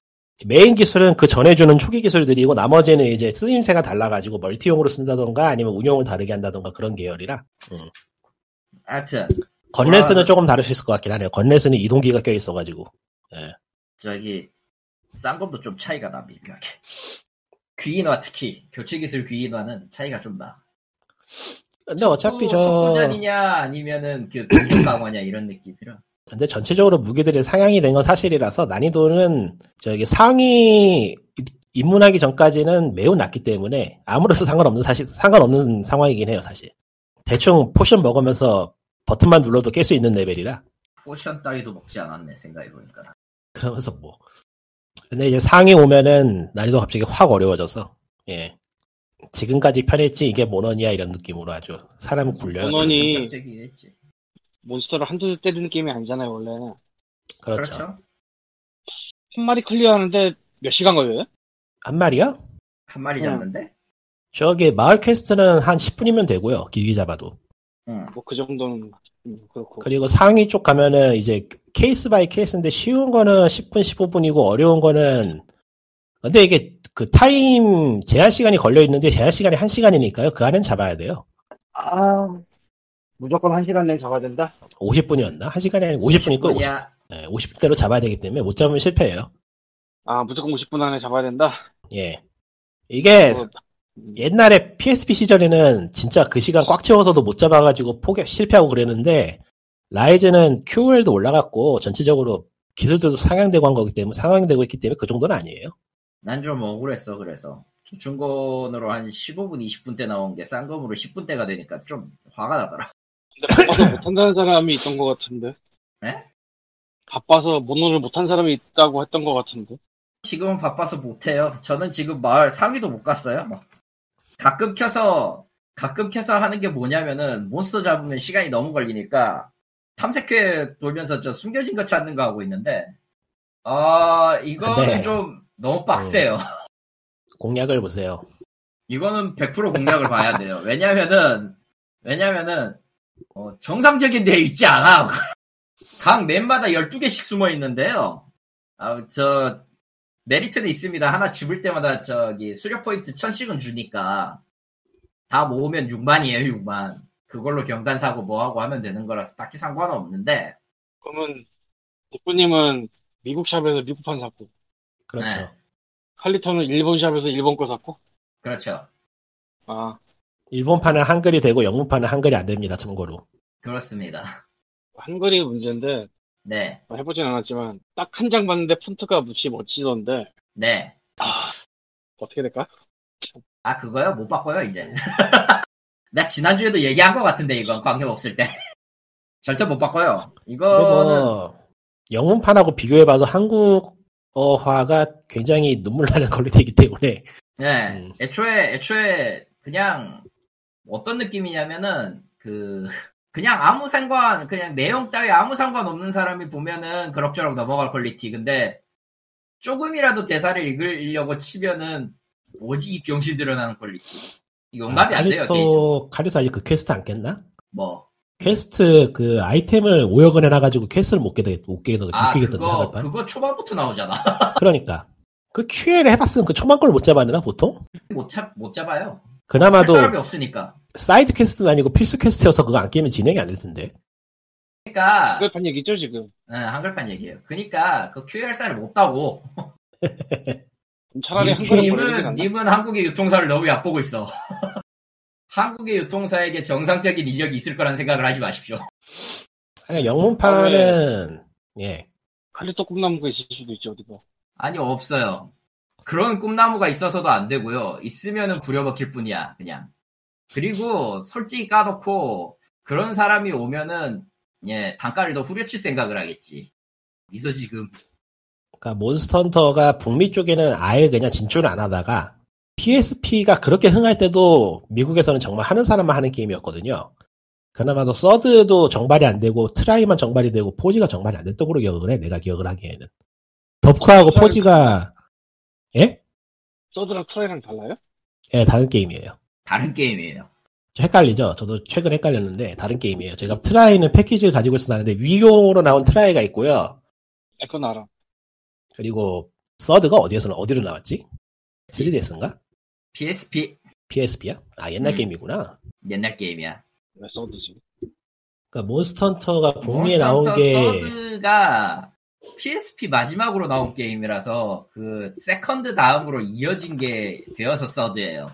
Speaker 3: 메인 기술은 그 전에 주는 초기 기술들이고 나머지는 이제 쓰임새가 달라가지고 멀티용으로 쓴다던가 아니면 운용을 다르게 한다던가 그런 계열이라
Speaker 2: 하여튼
Speaker 3: 건레스는
Speaker 2: 돌아와서-
Speaker 3: 조금 다를 수 있을 것 같긴 하네요 건레스는 이동기가 껴있어가지고
Speaker 2: 저기 쌍검도 좀 차이가 나 미묘하게. 귀인화 특히 교체 기술 귀인화는 차이가 좀 나.
Speaker 3: 근데 어차피 저
Speaker 2: 속보전이냐 아니면은 그 동력 강화냐 이런 느낌이라.
Speaker 3: 근데 전체적으로 무기들이 상향이 된 건 사실이라서 난이도는 저기 상위 입문하기 전까지는 매우 낮기 때문에 아무로도 상관없는 사실 상관없는 상황이긴 해요 사실 대충 포션 먹으면서 버튼만 눌러도 깰 수 있는 레벨이라
Speaker 2: 포션 따위도 먹지 않았네 생각해 보니까.
Speaker 3: 그러면서 뭐 근데 이제 상위 오면은 난이도 가 갑자기 확 어려워져서 예 지금까지 편했지 이게 모넌이야 이런 느낌으로 아주 사람 굴려요
Speaker 4: 모넌이- 아니.
Speaker 2: 갑자기 했지.
Speaker 4: 몬스터를 한두 대 때리는 게임이 아니잖아요, 원래는.
Speaker 3: 그렇죠.
Speaker 2: 그렇죠.
Speaker 4: 한 마리 클리어하는데 몇 시간 걸려요?
Speaker 3: 한 마리요?
Speaker 2: 한 마리 잡는데?
Speaker 3: 저기 마을 퀘스트는 한 10분이면 되고요 길게 잡아도
Speaker 2: 응.
Speaker 4: 뭐 그 정도는 음, 그렇고.
Speaker 3: 그리고 상위 쪽 가면은 이제 케이스 바이 케이스인데 쉬운 거는 10분, 15분이고 어려운 거는 근데 이게 그 타임 제한 시간이 걸려 있는데 제한 시간이 1시간이니까요. 그 안엔 잡아야 돼요.
Speaker 4: 아 무조건 한 시간 내에 잡아야 된다.
Speaker 3: 50분이었나? 1시간이 아니고 50분이고 50,
Speaker 2: 야,
Speaker 3: 네, 50대로 잡아야 되기 때문에 못 잡으면 실패예요.
Speaker 4: 아 무조건 50분 안에 잡아야 된다.
Speaker 3: 예. 이게
Speaker 4: 어,
Speaker 3: 예. 옛날에 PSP 시절에는 진짜 그 시간 꽉 채워서도 못 잡아가지고 포기 실패하고 그랬는데 라이즈는 QL도 올라갔고 전체적으로 기술들도 상향되고 한 거기 때문에 상향되고 있기 때문에 그 정도는 아니에요.
Speaker 2: 난 좀 억울했어 그래서. 중곤으로 한 15분, 20분 때 나온 게 쌍검으로 10분 때가 되니까 좀 화가 나더라.
Speaker 4: 근데 바빠서 [LAUGHS] 못한다는 사람이 있던 것 같은데.
Speaker 3: 예?
Speaker 2: 네?
Speaker 4: 바빠서 모노를 못한 사람이 있다고 했던 것 같은데.
Speaker 2: 지금은 바빠서 못해요. 저는 지금 마을 상위도 못 갔어요. 가끔 켜서, 가끔 켜서 하는 게 뭐냐면은 몬스터 잡으면 시간이 너무 걸리니까 탐색해 돌면서 저 숨겨진 거 찾는 거 하고 있는데, 아, 이거는
Speaker 3: 네.
Speaker 2: 좀 너무 빡세요.
Speaker 3: 공략을 보세요.
Speaker 2: 이거는 100% 공략을 봐야 돼요. 왜냐면은, 왜냐면은, 어, 정상적인 데 있지 않아. [LAUGHS] 각 맵마다 12개씩 숨어 있는데요. 아, 저, 메리트는 있습니다. 하나 집을 때마다 저기 수료 포인트 1000씩은 주니까. 다 모으면 6만이에요, 6만. 그걸로 경단 사고 뭐하고 하면 되는 거라서 딱히 상관은 없는데,
Speaker 4: 그러면 뒷부님은 미국 샵에서 미국판 샀고
Speaker 3: 그렇죠.
Speaker 2: 네.
Speaker 4: 칼리터는 일본 샵에서 일본 거 샀고
Speaker 2: 그렇죠.
Speaker 4: 아
Speaker 3: 일본판은 한글이 되고 영문판은 한글이 안 됩니다. 참고로.
Speaker 2: 그렇습니다. [LAUGHS]
Speaker 4: 한글이 문제인데
Speaker 2: 네,
Speaker 4: 뭐 해보진 않았지만 딱 한 장 봤는데 폰트가 무지 멋지던데
Speaker 2: 네.
Speaker 4: 어떻게 될까?
Speaker 2: 아, 그거요? 못 바꿔요, 이제. [LAUGHS] 나 지난주에도 얘기한 것 같은데, 이건. 관계 없을 때. [LAUGHS] 절대 못 바꿔요.
Speaker 3: 근데
Speaker 2: 이거는,
Speaker 3: 뭐 영문판하고 비교해봐도 한국어화가 굉장히 눈물 나는 [LAUGHS] 퀄리티이기 때문에
Speaker 2: 네.
Speaker 3: 음.
Speaker 2: 애초에, 애초에, 그냥, 어떤 느낌이냐면은, 그, 그냥 아무 상관, 그냥 내용 따위 아무 상관 없는 사람이 보면은 그럭저럭 넘어갈 퀄리티. 근데, 조금이라도 대사를 읽으려고 치면은, 오지 이 병신 드러나는 퀄리티. 용납이 안 돼요, 개인적으로.
Speaker 3: 아, 칼리토 칼리토 아직 그 퀘스트 안 깼나?
Speaker 2: 뭐.
Speaker 3: 퀘스트 그 아이템을 5억원 해놔가지고 퀘스트를 못 깨게 못 깨게 못
Speaker 2: 아,
Speaker 3: 깨게
Speaker 2: 그거,
Speaker 3: 판
Speaker 2: 그거 초반부터 나오잖아.
Speaker 3: 그러니까 그 QL을 해봤으면 그 초반 걸 못 잡았나 보통?
Speaker 2: 못 잡, 못 잡아요. 할
Speaker 3: 그나마도
Speaker 2: 사람이 없으니까.
Speaker 3: 사이드 퀘스트는 아니고 필수 퀘스트여서 그거 안 깨면 진행이 안 될 텐데.
Speaker 2: 그러니까
Speaker 4: 한글판 얘기죠 지금
Speaker 2: 예, 한글판 얘기예요. 그러니까 그 QL사를 못 따고
Speaker 4: 그럼 차라리 한글을 버리는 게
Speaker 2: 님은
Speaker 4: 낫나?
Speaker 2: 님은 한국의 유통사를 너무 얕보고 있어. [LAUGHS] 한국의 유통사에게 정상적인 인력이 있을 거란 생각을 하지 마십시오.
Speaker 3: 아니 영문판은 그러니까 예
Speaker 4: 칼리토 꿈나무가 있을 수도 있지 어디가
Speaker 2: 아니 없어요. 그런 꿈나무가 있어서도 안 되고요. 있으면은 부려먹힐 뿐이야 그냥. 그리고 솔직히 까놓고 그런 사람이 오면은 예 단가를 더 후려칠 생각을 하겠지. 있어 지금
Speaker 3: 그러니까 몬스터헌터가 북미 쪽에는 아예 그냥 진출을 안 하다가 PSP가 그렇게 흥할 때도 미국에서는 정말 하는 사람만 하는 게임이었거든요. 그나마도 서드도 정발이 안 되고 트라이만 정발이 되고 포지가 정발이 안 됐던 걸로 기억을 해. 내가 기억을 하기에는 덥크하고
Speaker 4: 트라이-
Speaker 3: 포지가 예?
Speaker 4: 서드랑 트라이랑 달라요?
Speaker 3: 예, 다른 게임이에요.
Speaker 2: 다른 게임이에요.
Speaker 3: 저 헷갈리죠? 저도 최근 헷갈렸는데 다른 게임이에요. 제가 트라이는 패키지를 가지고 있어서 아는데 위용으로 나온 트라이가 있고요.
Speaker 4: 아, 그건 알아
Speaker 3: 그리고 서드가 어디에서는 어디로 나왔지? 3DS인가?
Speaker 2: PSP
Speaker 3: PSP야? 아 옛날
Speaker 2: 음.
Speaker 3: 게임이구나.
Speaker 2: 옛날 게임이야.
Speaker 4: 왜 서드지
Speaker 3: 그러니까 몬스터헌터가 북미에 나온
Speaker 2: 몬스터
Speaker 3: 게
Speaker 2: 서드가 PSP 마지막으로 나온 게임이라서 그 세컨드 다음으로 이어진 게 되어서 서드예요.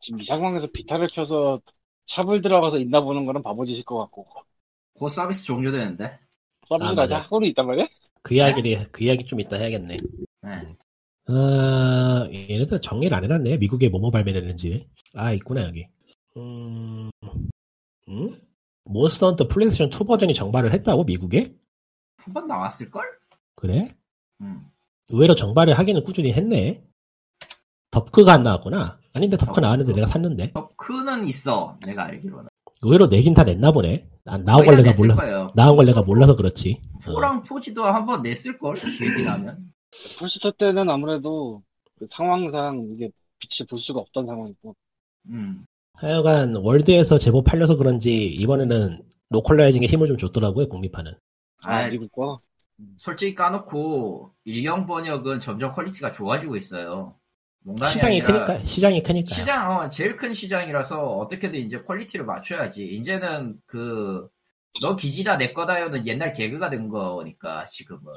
Speaker 4: 지금 이 상황에서 비타를 켜서 샵을 들어가서 있나 보는 거는 바보짓일 것 같고
Speaker 2: 곧 서비스 종료되는데.
Speaker 4: 서비스
Speaker 3: 맞아.
Speaker 4: 낮아 하루 있단 말이야?
Speaker 3: 그 이야기를 그 이야기 좀 이따 해야겠네.
Speaker 2: 네.
Speaker 3: 아 얘네들 정리를 안 해놨네. 미국에 뭐뭐 발매되는지. 아 있구나 여기. 음, 음? 몬스터헌터 플레이스테이션 2 버전이 정발을 했다고 미국에?
Speaker 2: 한 번 나왔을 걸?
Speaker 3: 그래?
Speaker 2: 음.
Speaker 3: 의외로 정발을 하기는 꾸준히 했네. 덥크가 안 나왔구나. 아닌데 덥크 나왔는데 내가 샀는데.
Speaker 2: 더크는 있어. 내가 알기로는.
Speaker 3: 의외로 내긴 다 냈나 보네. 아, 나온 걸
Speaker 2: 거의 다
Speaker 3: 내가
Speaker 2: 냈을
Speaker 3: 몰라.
Speaker 2: 거예요.
Speaker 3: 나온 걸 내가 몰라서 그렇지. 어.
Speaker 2: 포랑 포지도 한 번 냈을 걸. 기억이 나면.
Speaker 4: 풀스토 때는 아무래도 그 상황상 이게 빛을 볼 수가 없던 상황이고 뭐,
Speaker 2: 음.
Speaker 3: 하여간 월드에서 제법 팔려서 그런지 이번에는 로컬라이징에 힘을 좀 줬더라고요 북미판은
Speaker 4: 아
Speaker 2: 아,
Speaker 4: 미국 거
Speaker 2: 솔직히 까놓고 일영 번역은 점점 퀄리티가 좋아지고 있어요. 농담이
Speaker 3: 시장이
Speaker 2: 아니라
Speaker 3: 크니까 시장이 크니까
Speaker 2: 시장, 어, 제일 큰 시장이라서 어떻게든 이제 퀄리티를 맞춰야지. 이제는 그, 너 기지다 내 거다요는 옛날 개그가 된 거니까, 지금은.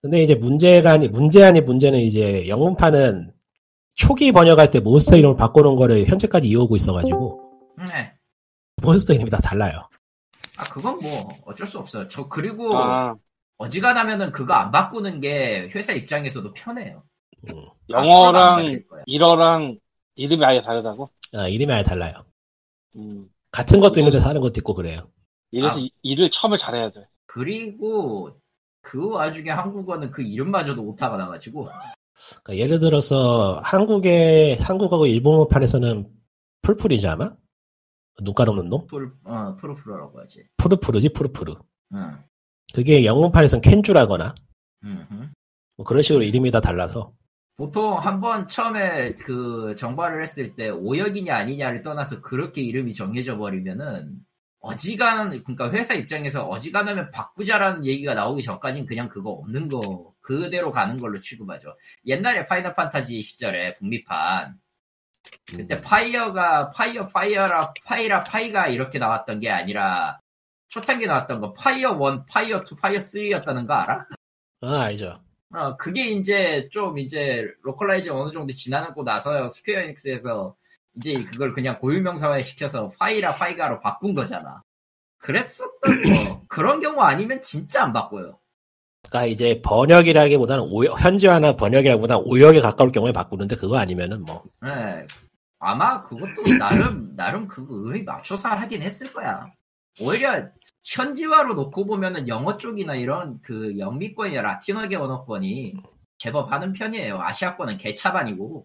Speaker 3: 근데 이제 문제가 아니 문제 아닌 문제는 이제 영문판은 초기 번역할 때 몬스터 이름을 바꿔놓은 거를 현재까지 이어오고 있어가지고
Speaker 2: 네.
Speaker 3: 몬스터 이름이 다 달라요
Speaker 2: 아, 그건 뭐, 어쩔 수 없어요. 저, 그리고
Speaker 4: 아
Speaker 2: 어지간하면은 그거 안 바꾸는 게 회사 입장에서도 편해요.
Speaker 3: 음.
Speaker 2: 앞으로는 안
Speaker 4: 영어랑
Speaker 2: 바뀔 거야.
Speaker 4: 일어랑 이름이 아예 다르다고?
Speaker 3: 아, 이름이 아예 달라요
Speaker 4: 음.
Speaker 3: 같은 것도 있는데 다른 것도 있고 그래요
Speaker 4: 이래서
Speaker 2: 아.
Speaker 4: 이- 일을 처음에 잘해야 돼.
Speaker 2: 그리고, 그 와중에 한국어는 그 이름마저도 오타가 나가지고, [LAUGHS]
Speaker 3: 그러니까 예를 들어서 한국의 한국하고 일본판에서는 풀풀이지 아마 눈깔 없는 놈
Speaker 2: 프로, 어, 프로프로라고 하지.
Speaker 3: 푸르푸르지 푸르푸르
Speaker 2: 응,
Speaker 3: 그게 영문판에선 캔주라거나
Speaker 2: 응, 응.
Speaker 3: 뭐 그런 식으로 이름이 다 달라서
Speaker 2: 보통 한 번 처음에 그 정발을 했을 때 오역이냐 아니냐를 떠나서 그렇게 이름이 정해져 버리면은 어지간 그러니까 회사 입장에서 어지간하면 바꾸자라는 얘기가 나오기 전까진 그냥 그거 없는 거 그대로 가는 걸로 취급하죠. 옛날에 파이널 판타지 시절에 북미판 그때 파이어가 파이어 파이어라 파이라 파이가 이렇게 나왔던 게 아니라 초창기 나왔던 거 파이어 1, 파이어 2, 파이어 3였다는 거 알아?
Speaker 3: 아, 알죠.
Speaker 2: 어, 그게 이제 좀 이제 로컬라이징 어느 정도 지나고 나서 스퀘어 엔닉스에서 이제 그걸 그냥 고유명사화 시켜서 파이라 파이가로 바꾼 거잖아. 그랬었던 거. 그런 경우 아니면 진짜 안 바꿔요.
Speaker 3: 그러니까 이제 번역이라기보다는 오역, 현지화나 번역이라기보다 오역에 가까울 경우에 바꾸는데 그거 아니면은 뭐
Speaker 2: 네. 아마 그것도 나름, 나름 그 의에 맞춰서 하긴 했을 거야. 오히려 현지화로 놓고 보면은 영어 쪽이나 이런 그 영미권이나 라틴어계 언어권이 제법 하는 편이에요. 아시아권은 개차반이고.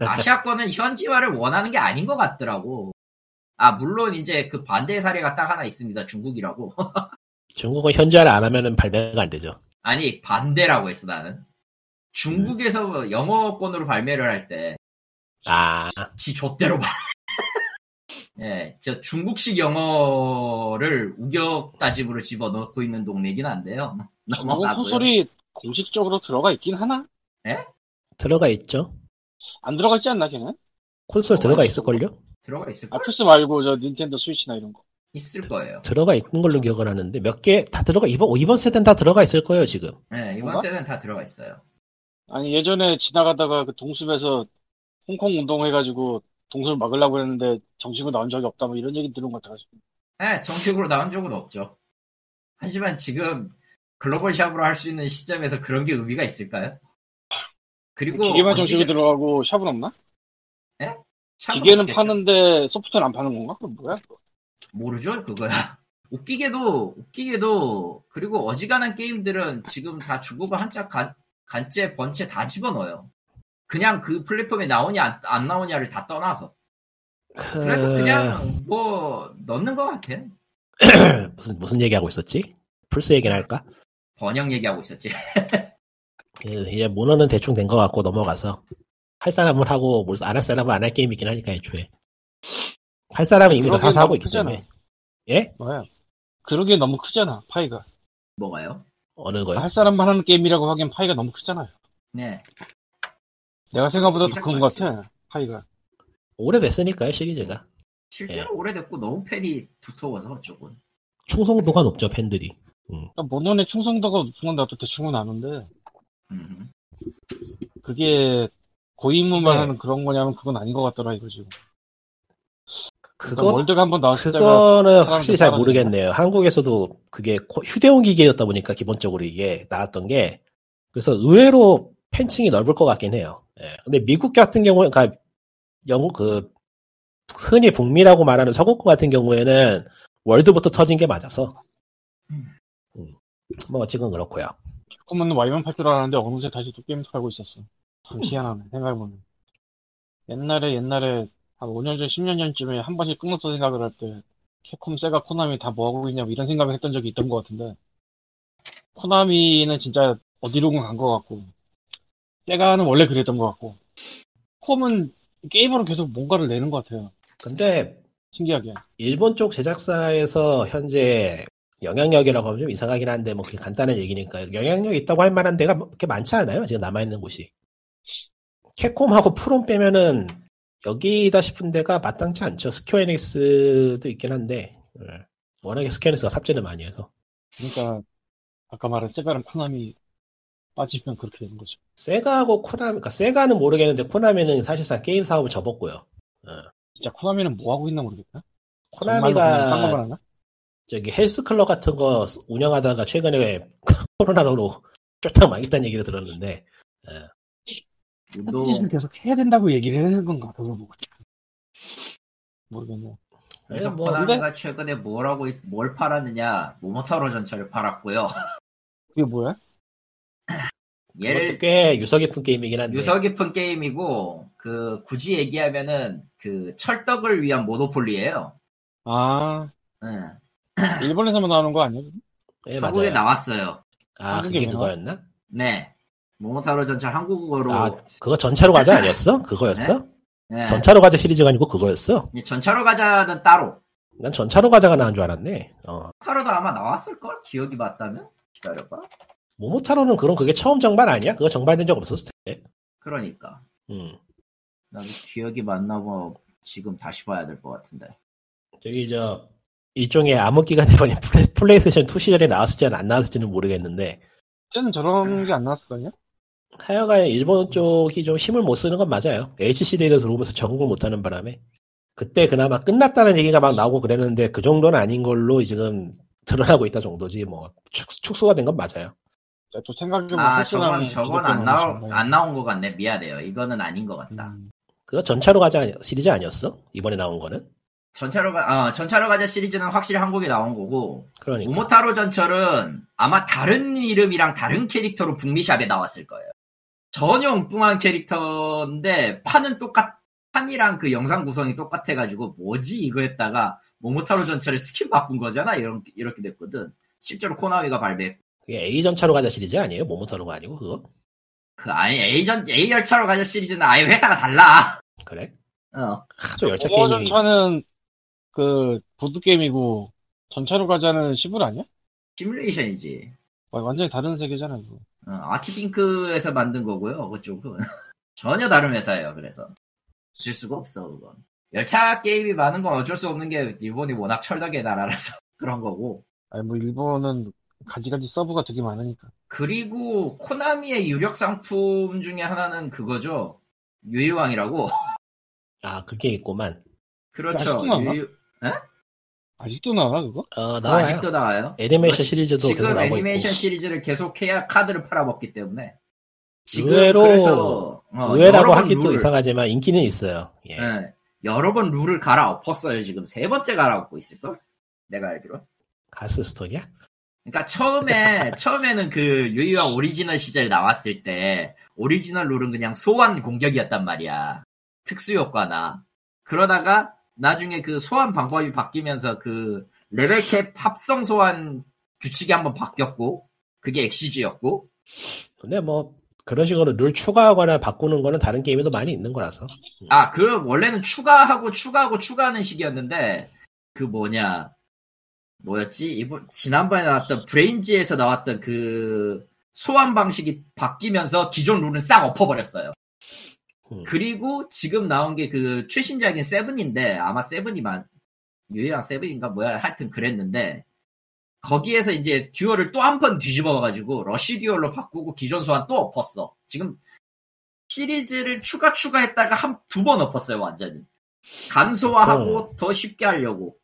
Speaker 2: 아시아권은 현지화를 원하는 게 아닌 것 같더라고. 아, 물론 이제 그 반대 사례가 딱 하나 있습니다. 중국이라고. [LAUGHS]
Speaker 3: 중국은 현지화를 안 하면은 발매가 안 되죠.
Speaker 2: 아니, 반대라고 했어, 나는. 중국에서 영어권으로 발매를 할 때,
Speaker 3: 아,
Speaker 2: 지 좆대로 말. [LAUGHS] 예, 저 중국식 영어를 우격 따짐으로 집어넣고 있는 동네긴 한데요.
Speaker 4: 중국
Speaker 2: 넘어가고요.
Speaker 4: 소설이 공식적으로 들어가 있긴 하나?
Speaker 3: 들어가 있죠.
Speaker 4: 안 들어가 있지 않나 걔는?
Speaker 3: 콘솔
Speaker 2: 어,
Speaker 3: 들어가 있을걸요?
Speaker 2: 들어가 있을
Speaker 4: 아
Speaker 2: 거
Speaker 4: 플스 말고 저 닌텐도 스위치나 이런 거.
Speaker 2: 있을 거예요.
Speaker 3: 들어가 있는 걸로 기억을 하는데 몇 개 다 들어가 이번 이번 세대는 다 들어가 있을 거예요 지금.
Speaker 2: 예, 이번
Speaker 4: 뭔가?
Speaker 2: 세는 다 들어가 있어요.
Speaker 4: 아니 예전에 지나가다가 그 동숲에서 홍콩 운동해가지고 동숲을 막으려고 했는데 정식으로 나온 적이 없다 뭐 이런 얘기 들은 것 같아가지고
Speaker 2: 예, 정식으로 나온 적은 없죠. 하지만 지금 글로벌 샵으로 할 수 있는 시점에서 그런 게 의미가 있을까요? 그리고
Speaker 4: 기계만
Speaker 2: 언제-
Speaker 4: 정식으로 들어가고 샵은 없나?
Speaker 2: 샵은
Speaker 4: 기계는
Speaker 2: 없겠죠.
Speaker 4: 파는데 소프트는 안 파는 건가? 그건 뭐야?
Speaker 2: 모르죠 그거야. [LAUGHS] 웃기게도 웃기게도 그리고 어지간한 게임들은 지금 다 중국어 한자 간, 간째 번째 다 집어넣어요. 그냥 그 플랫폼에 나오냐 안, 안 나오냐를 다 떠나서 그래서
Speaker 3: 네.
Speaker 2: 그냥 뭐 넣는 것 같아.
Speaker 3: 에, [CLEARS THROAT] 무슨 무슨 얘기하고 있었지? 플스 얘기나 할까?
Speaker 2: 번역 얘기하고 있었지. [LAUGHS]
Speaker 3: 예, 이제 모너는 대충 된 것 같고 넘어가서 할 사람은 하고 안 할 사람은 안 할 게임이긴 하니까 애초에 할 사람은 이미 다
Speaker 4: 그러기엔
Speaker 3: 사서 하고
Speaker 4: 너무
Speaker 3: 있기
Speaker 4: 크잖아.
Speaker 3: 때문에 예
Speaker 4: 뭐야? 그러기에 너무 크잖아 파이가
Speaker 2: 뭐가요?
Speaker 3: 어느 거요?
Speaker 4: 할 사람만 하는 게임이라고 하기엔 파이가 너무 크잖아요
Speaker 2: 네.
Speaker 4: 내가 생각보다 더
Speaker 2: 시작
Speaker 4: 큰 것 같아 파이가
Speaker 3: 오래됐으니까요 시리즈가
Speaker 2: 실제로
Speaker 3: 예.
Speaker 2: 오래됐고 너무 팬이 두터워서 조금.
Speaker 3: 충성도가 높죠 팬들이.
Speaker 4: 그러니까 모논의 충성도가 높은 건 나도 대충은 아는데
Speaker 2: 음.
Speaker 4: 그게 고인물만
Speaker 3: 네.
Speaker 4: 하는 그런 거냐면 그건 아닌 것 같더라 이거지 그러니까
Speaker 3: 그거
Speaker 4: 월드가 한번 나왔을 때가
Speaker 3: 그거는
Speaker 4: 사람들
Speaker 3: 확실히 잘
Speaker 4: 따라하는
Speaker 3: 모르겠네요. 한국에서도 그게 코- 휴대용 기계였다 보니까 기본적으로 이게 나왔던 게 그래서 의외로 팬층이 넓을 것 같긴 해요. 예. 근데 미국 같은 경우에 그러니까 영국 그 흔히 북미라고 말하는 서구권 같은 경우에는 월드부터 터진 게 맞아서 음. 뭐 어쨌건 그렇고요.
Speaker 4: 조금은 와이만 팔 줄 알았는데 어느새 다시 또 게임 팔고 있었어 참 희한하네 생각해보면 옛날에 옛날에 한 5년 전 10년 전쯤에 한 번씩 끊었어 생각을 할 때 캡콤 세가 코나미 다 뭐하고 있냐 뭐 이런 생각을 했던 적이 있던 것 같은데 코나미는 진짜 어디론가 간 것 같고 세가는 원래 그랬던 것 같고 콤은 게임으로 계속 뭔가를 내는 것 같아요
Speaker 3: 근데
Speaker 4: 신기하게
Speaker 3: 일본 쪽 제작사에서 현재 영향력이라고 하면 좀 이상하긴 한데 뭐 그게 간단한 얘기니까 영향력 있다고 할 만한 데가 뭐 그렇게 많지 않아요 지금 남아 있는 곳이 캡콤하고 프롬 빼면은 여기다 싶은 데가 마땅치 않죠 스퀘어닉스도 있긴 한데 예. 워낙에 스퀘어닉스가 삽질을 많이 해서
Speaker 4: 그러니까 아까 말한 세가랑 코나미 빠지면 그렇게 되는 거죠
Speaker 3: 세가하고 코나미 그러니까 세가는 모르겠는데 코나미는 사실상 게임 사업을 접었고요
Speaker 4: 진짜 코나미는 뭐 하고 있나 모르겠다.
Speaker 3: 코나미가
Speaker 4: 딴거만 하나?
Speaker 3: 저기 헬스클럽 같은 거 운영하다가 최근에 [LAUGHS] 코로나로 [LAUGHS] 쫄딱 망했다는 얘기를 들었는데
Speaker 2: 운동
Speaker 4: 딴짓을 계속 해야 된다고 얘기를 하는 건가? 그걸 보고 모르겠네.
Speaker 2: 그래서
Speaker 3: 뭐
Speaker 2: 코나미가 최근에 뭐라고 했- 뭘 팔았느냐 모모타로 전차를 팔았고요.
Speaker 4: 그게 뭐야?
Speaker 2: 얘를
Speaker 3: 그것도 꽤 유서 깊은 게임이긴 한데
Speaker 2: 유서 깊은 게임이고 그 굳이 얘기하면은 그 철덕을 위한 모노폴리예요.
Speaker 4: 아
Speaker 2: 응.
Speaker 4: 일본에서만 나오는 거 아니야?
Speaker 3: 예,
Speaker 2: 한국에
Speaker 3: 맞아요.
Speaker 2: 나왔어요.
Speaker 3: 아
Speaker 4: 한국에
Speaker 3: 그게
Speaker 4: 나와?
Speaker 3: 그거였나?
Speaker 2: 네. 모모타로 전철 한국어로
Speaker 3: 아 그거 전차로 가자 아니었어? 그거였어?
Speaker 2: 네.
Speaker 3: 전차로 가자 시리즈가 아니고 그거였어?
Speaker 2: 이 전차로 가자는 따로.
Speaker 3: 난 전차로 가자가 나온 줄 알았네. 어.
Speaker 2: 타로도 아마 나왔을 걸 기억이 맞다면 기다려봐.
Speaker 3: 모모타로는 그런 그게 처음 정발 아니야? 그거 정발된 적 없었을 텐데.
Speaker 2: 그러니까.
Speaker 3: 음.
Speaker 2: 나도 기억이 맞나 봐. 지금 다시 봐야 될 것 같은데.
Speaker 3: 저기 저 일종의 암흑기가 돼버린 플레, 플레이스테이션 2 시절에 나왔을지 안 나왔을지는 모르겠는데
Speaker 4: 그때는 저런 게 안 나왔을 거아요
Speaker 3: 하여간 일본 쪽이 좀 힘을 못 쓰는 건 맞아요. HCD가 들어오면서 적응을 못하는 바람에 그때 그나마 끝났다는 얘기가 막 나오고 그랬는데 그 정도는 아닌 걸로 지금 드러나고 있다 정도지 뭐 축, 축소가 된 건 맞아요.
Speaker 4: 또
Speaker 3: 뭐
Speaker 4: 생각해보면
Speaker 2: 아,
Speaker 4: 탈출하는
Speaker 2: 저건, 저건 안, 나올, 안 나온 것 같네. 미안해요. 이거는 아닌 것 같다.
Speaker 4: 음,
Speaker 3: 그거 전차로 가자 아니- 시리즈 아니었어? 이번에 나온 거는?
Speaker 2: 전차로 가, 어, 전차로 가자 시리즈는 확실히 한국에 나온 거고,
Speaker 3: 그러니까
Speaker 2: 오모타로 전철은 아마 다른 이름이랑 다른 캐릭터로 북미샵에 나왔을 거예요. 전혀 엉뚱한 캐릭터인데, 판은 똑같, 판이랑 그 영상 구성이 똑같아가지고, 뭐지 이거 했다가, 오모타로 전철에 스킨 바꾼 거잖아? 이런, 이렇게 됐거든. 실제로 코나미가 발매,
Speaker 3: 그게 A 전차로 가자 시리즈 아니에요? 모모타로가 아니고 그거?
Speaker 2: 그, 아니, A전, A열차로 가자 시리즈는 아예 회사가 달라. [LAUGHS]
Speaker 3: 그래?
Speaker 2: 어.
Speaker 3: 하도 열차
Speaker 4: 오버
Speaker 3: 게임이
Speaker 4: 전차는 그 보드 게임이고 전차로 가자는 시불 아니야?
Speaker 2: 시뮬레이션이지.
Speaker 4: 와, 완전히 다른 세계잖아 이거.
Speaker 2: 어, 아티핑크에서 만든 거고요. 그쪽은 [LAUGHS] 전혀 다른 회사예요. 그래서 줄 수가 없어 그건. 열차 게임이 많은 건 어쩔 수 없는 게 일본이 워낙 철덕의 나라라서 [LAUGHS] 그런 거고.
Speaker 4: 아니 뭐 일본은 가지가지 서브가 되게 많으니까.
Speaker 2: 그리고 코나미의 유력 상품 중에 하나는 그거죠. 유유왕이라고. [LAUGHS]
Speaker 3: 아 그게 있구만.
Speaker 2: 그렇죠.
Speaker 4: 아직도 나오나?
Speaker 2: 유유...
Speaker 4: 아직도 나와 그거?
Speaker 3: 어
Speaker 2: 아,
Speaker 3: 나와요.
Speaker 2: 아직도 나와요.
Speaker 3: 애니메이션
Speaker 2: 그거 시-
Speaker 3: 시리즈도 계속
Speaker 2: 지금
Speaker 3: 나오고
Speaker 2: 애니메이션
Speaker 3: 있고.
Speaker 2: 시리즈를 계속해야 카드를 팔아먹기 때문에. 지금
Speaker 3: 의외로-
Speaker 2: 그래서 어, 여러
Speaker 3: 의외라고
Speaker 2: 번
Speaker 3: 하긴 또
Speaker 2: 룰을-
Speaker 3: 이상하지만 인기는 있어요. 예.
Speaker 2: 예. 여러 번 룰을 갈아엎었어요, 지금. 세 번째 갈아엎고 있을걸? 내가 알기로.
Speaker 3: 가스스톤이야?
Speaker 2: 그러니까 처음에, 처음에는 그 유이왕 오리지널 시절에 나왔을 때, 오리지널 룰은 그냥 소환 공격이었단 말이야. 특수효과나. 그러다가 나중에 그 소환 방법이 바뀌면서 그 레벨캡 합성 소환 규칙이 한번 바뀌었고, 그게 엑시즈였고,
Speaker 3: 근데 뭐 그런 식으로 룰 추가하거나 바꾸는 거는 다른 게임에도 많이 있는 거라서.
Speaker 2: 아, 그 원래는 추가하고 추가하고 추가하는 식이었는데 그 뭐냐 뭐였지? 이번 지난번에 나왔던 브레인지에서 나왔던 그 소환 방식이 바뀌면서 기존 룰은 싹 엎어버렸어요.
Speaker 3: 음.
Speaker 2: 그리고 지금 나온 게 그 최신작인 세븐인데 아마 세븐이만 유일한 세븐인가 뭐야 하여튼 그랬는데 거기에서 이제 듀얼을 또 한 번 뒤집어가지고 러쉬 듀얼로 바꾸고 기존 소환 또 엎었어. 지금 시리즈를 추가 추가했다가 한 두 번 엎었어요 완전히 간소화하고
Speaker 3: 어.
Speaker 2: 더 쉽게 하려고.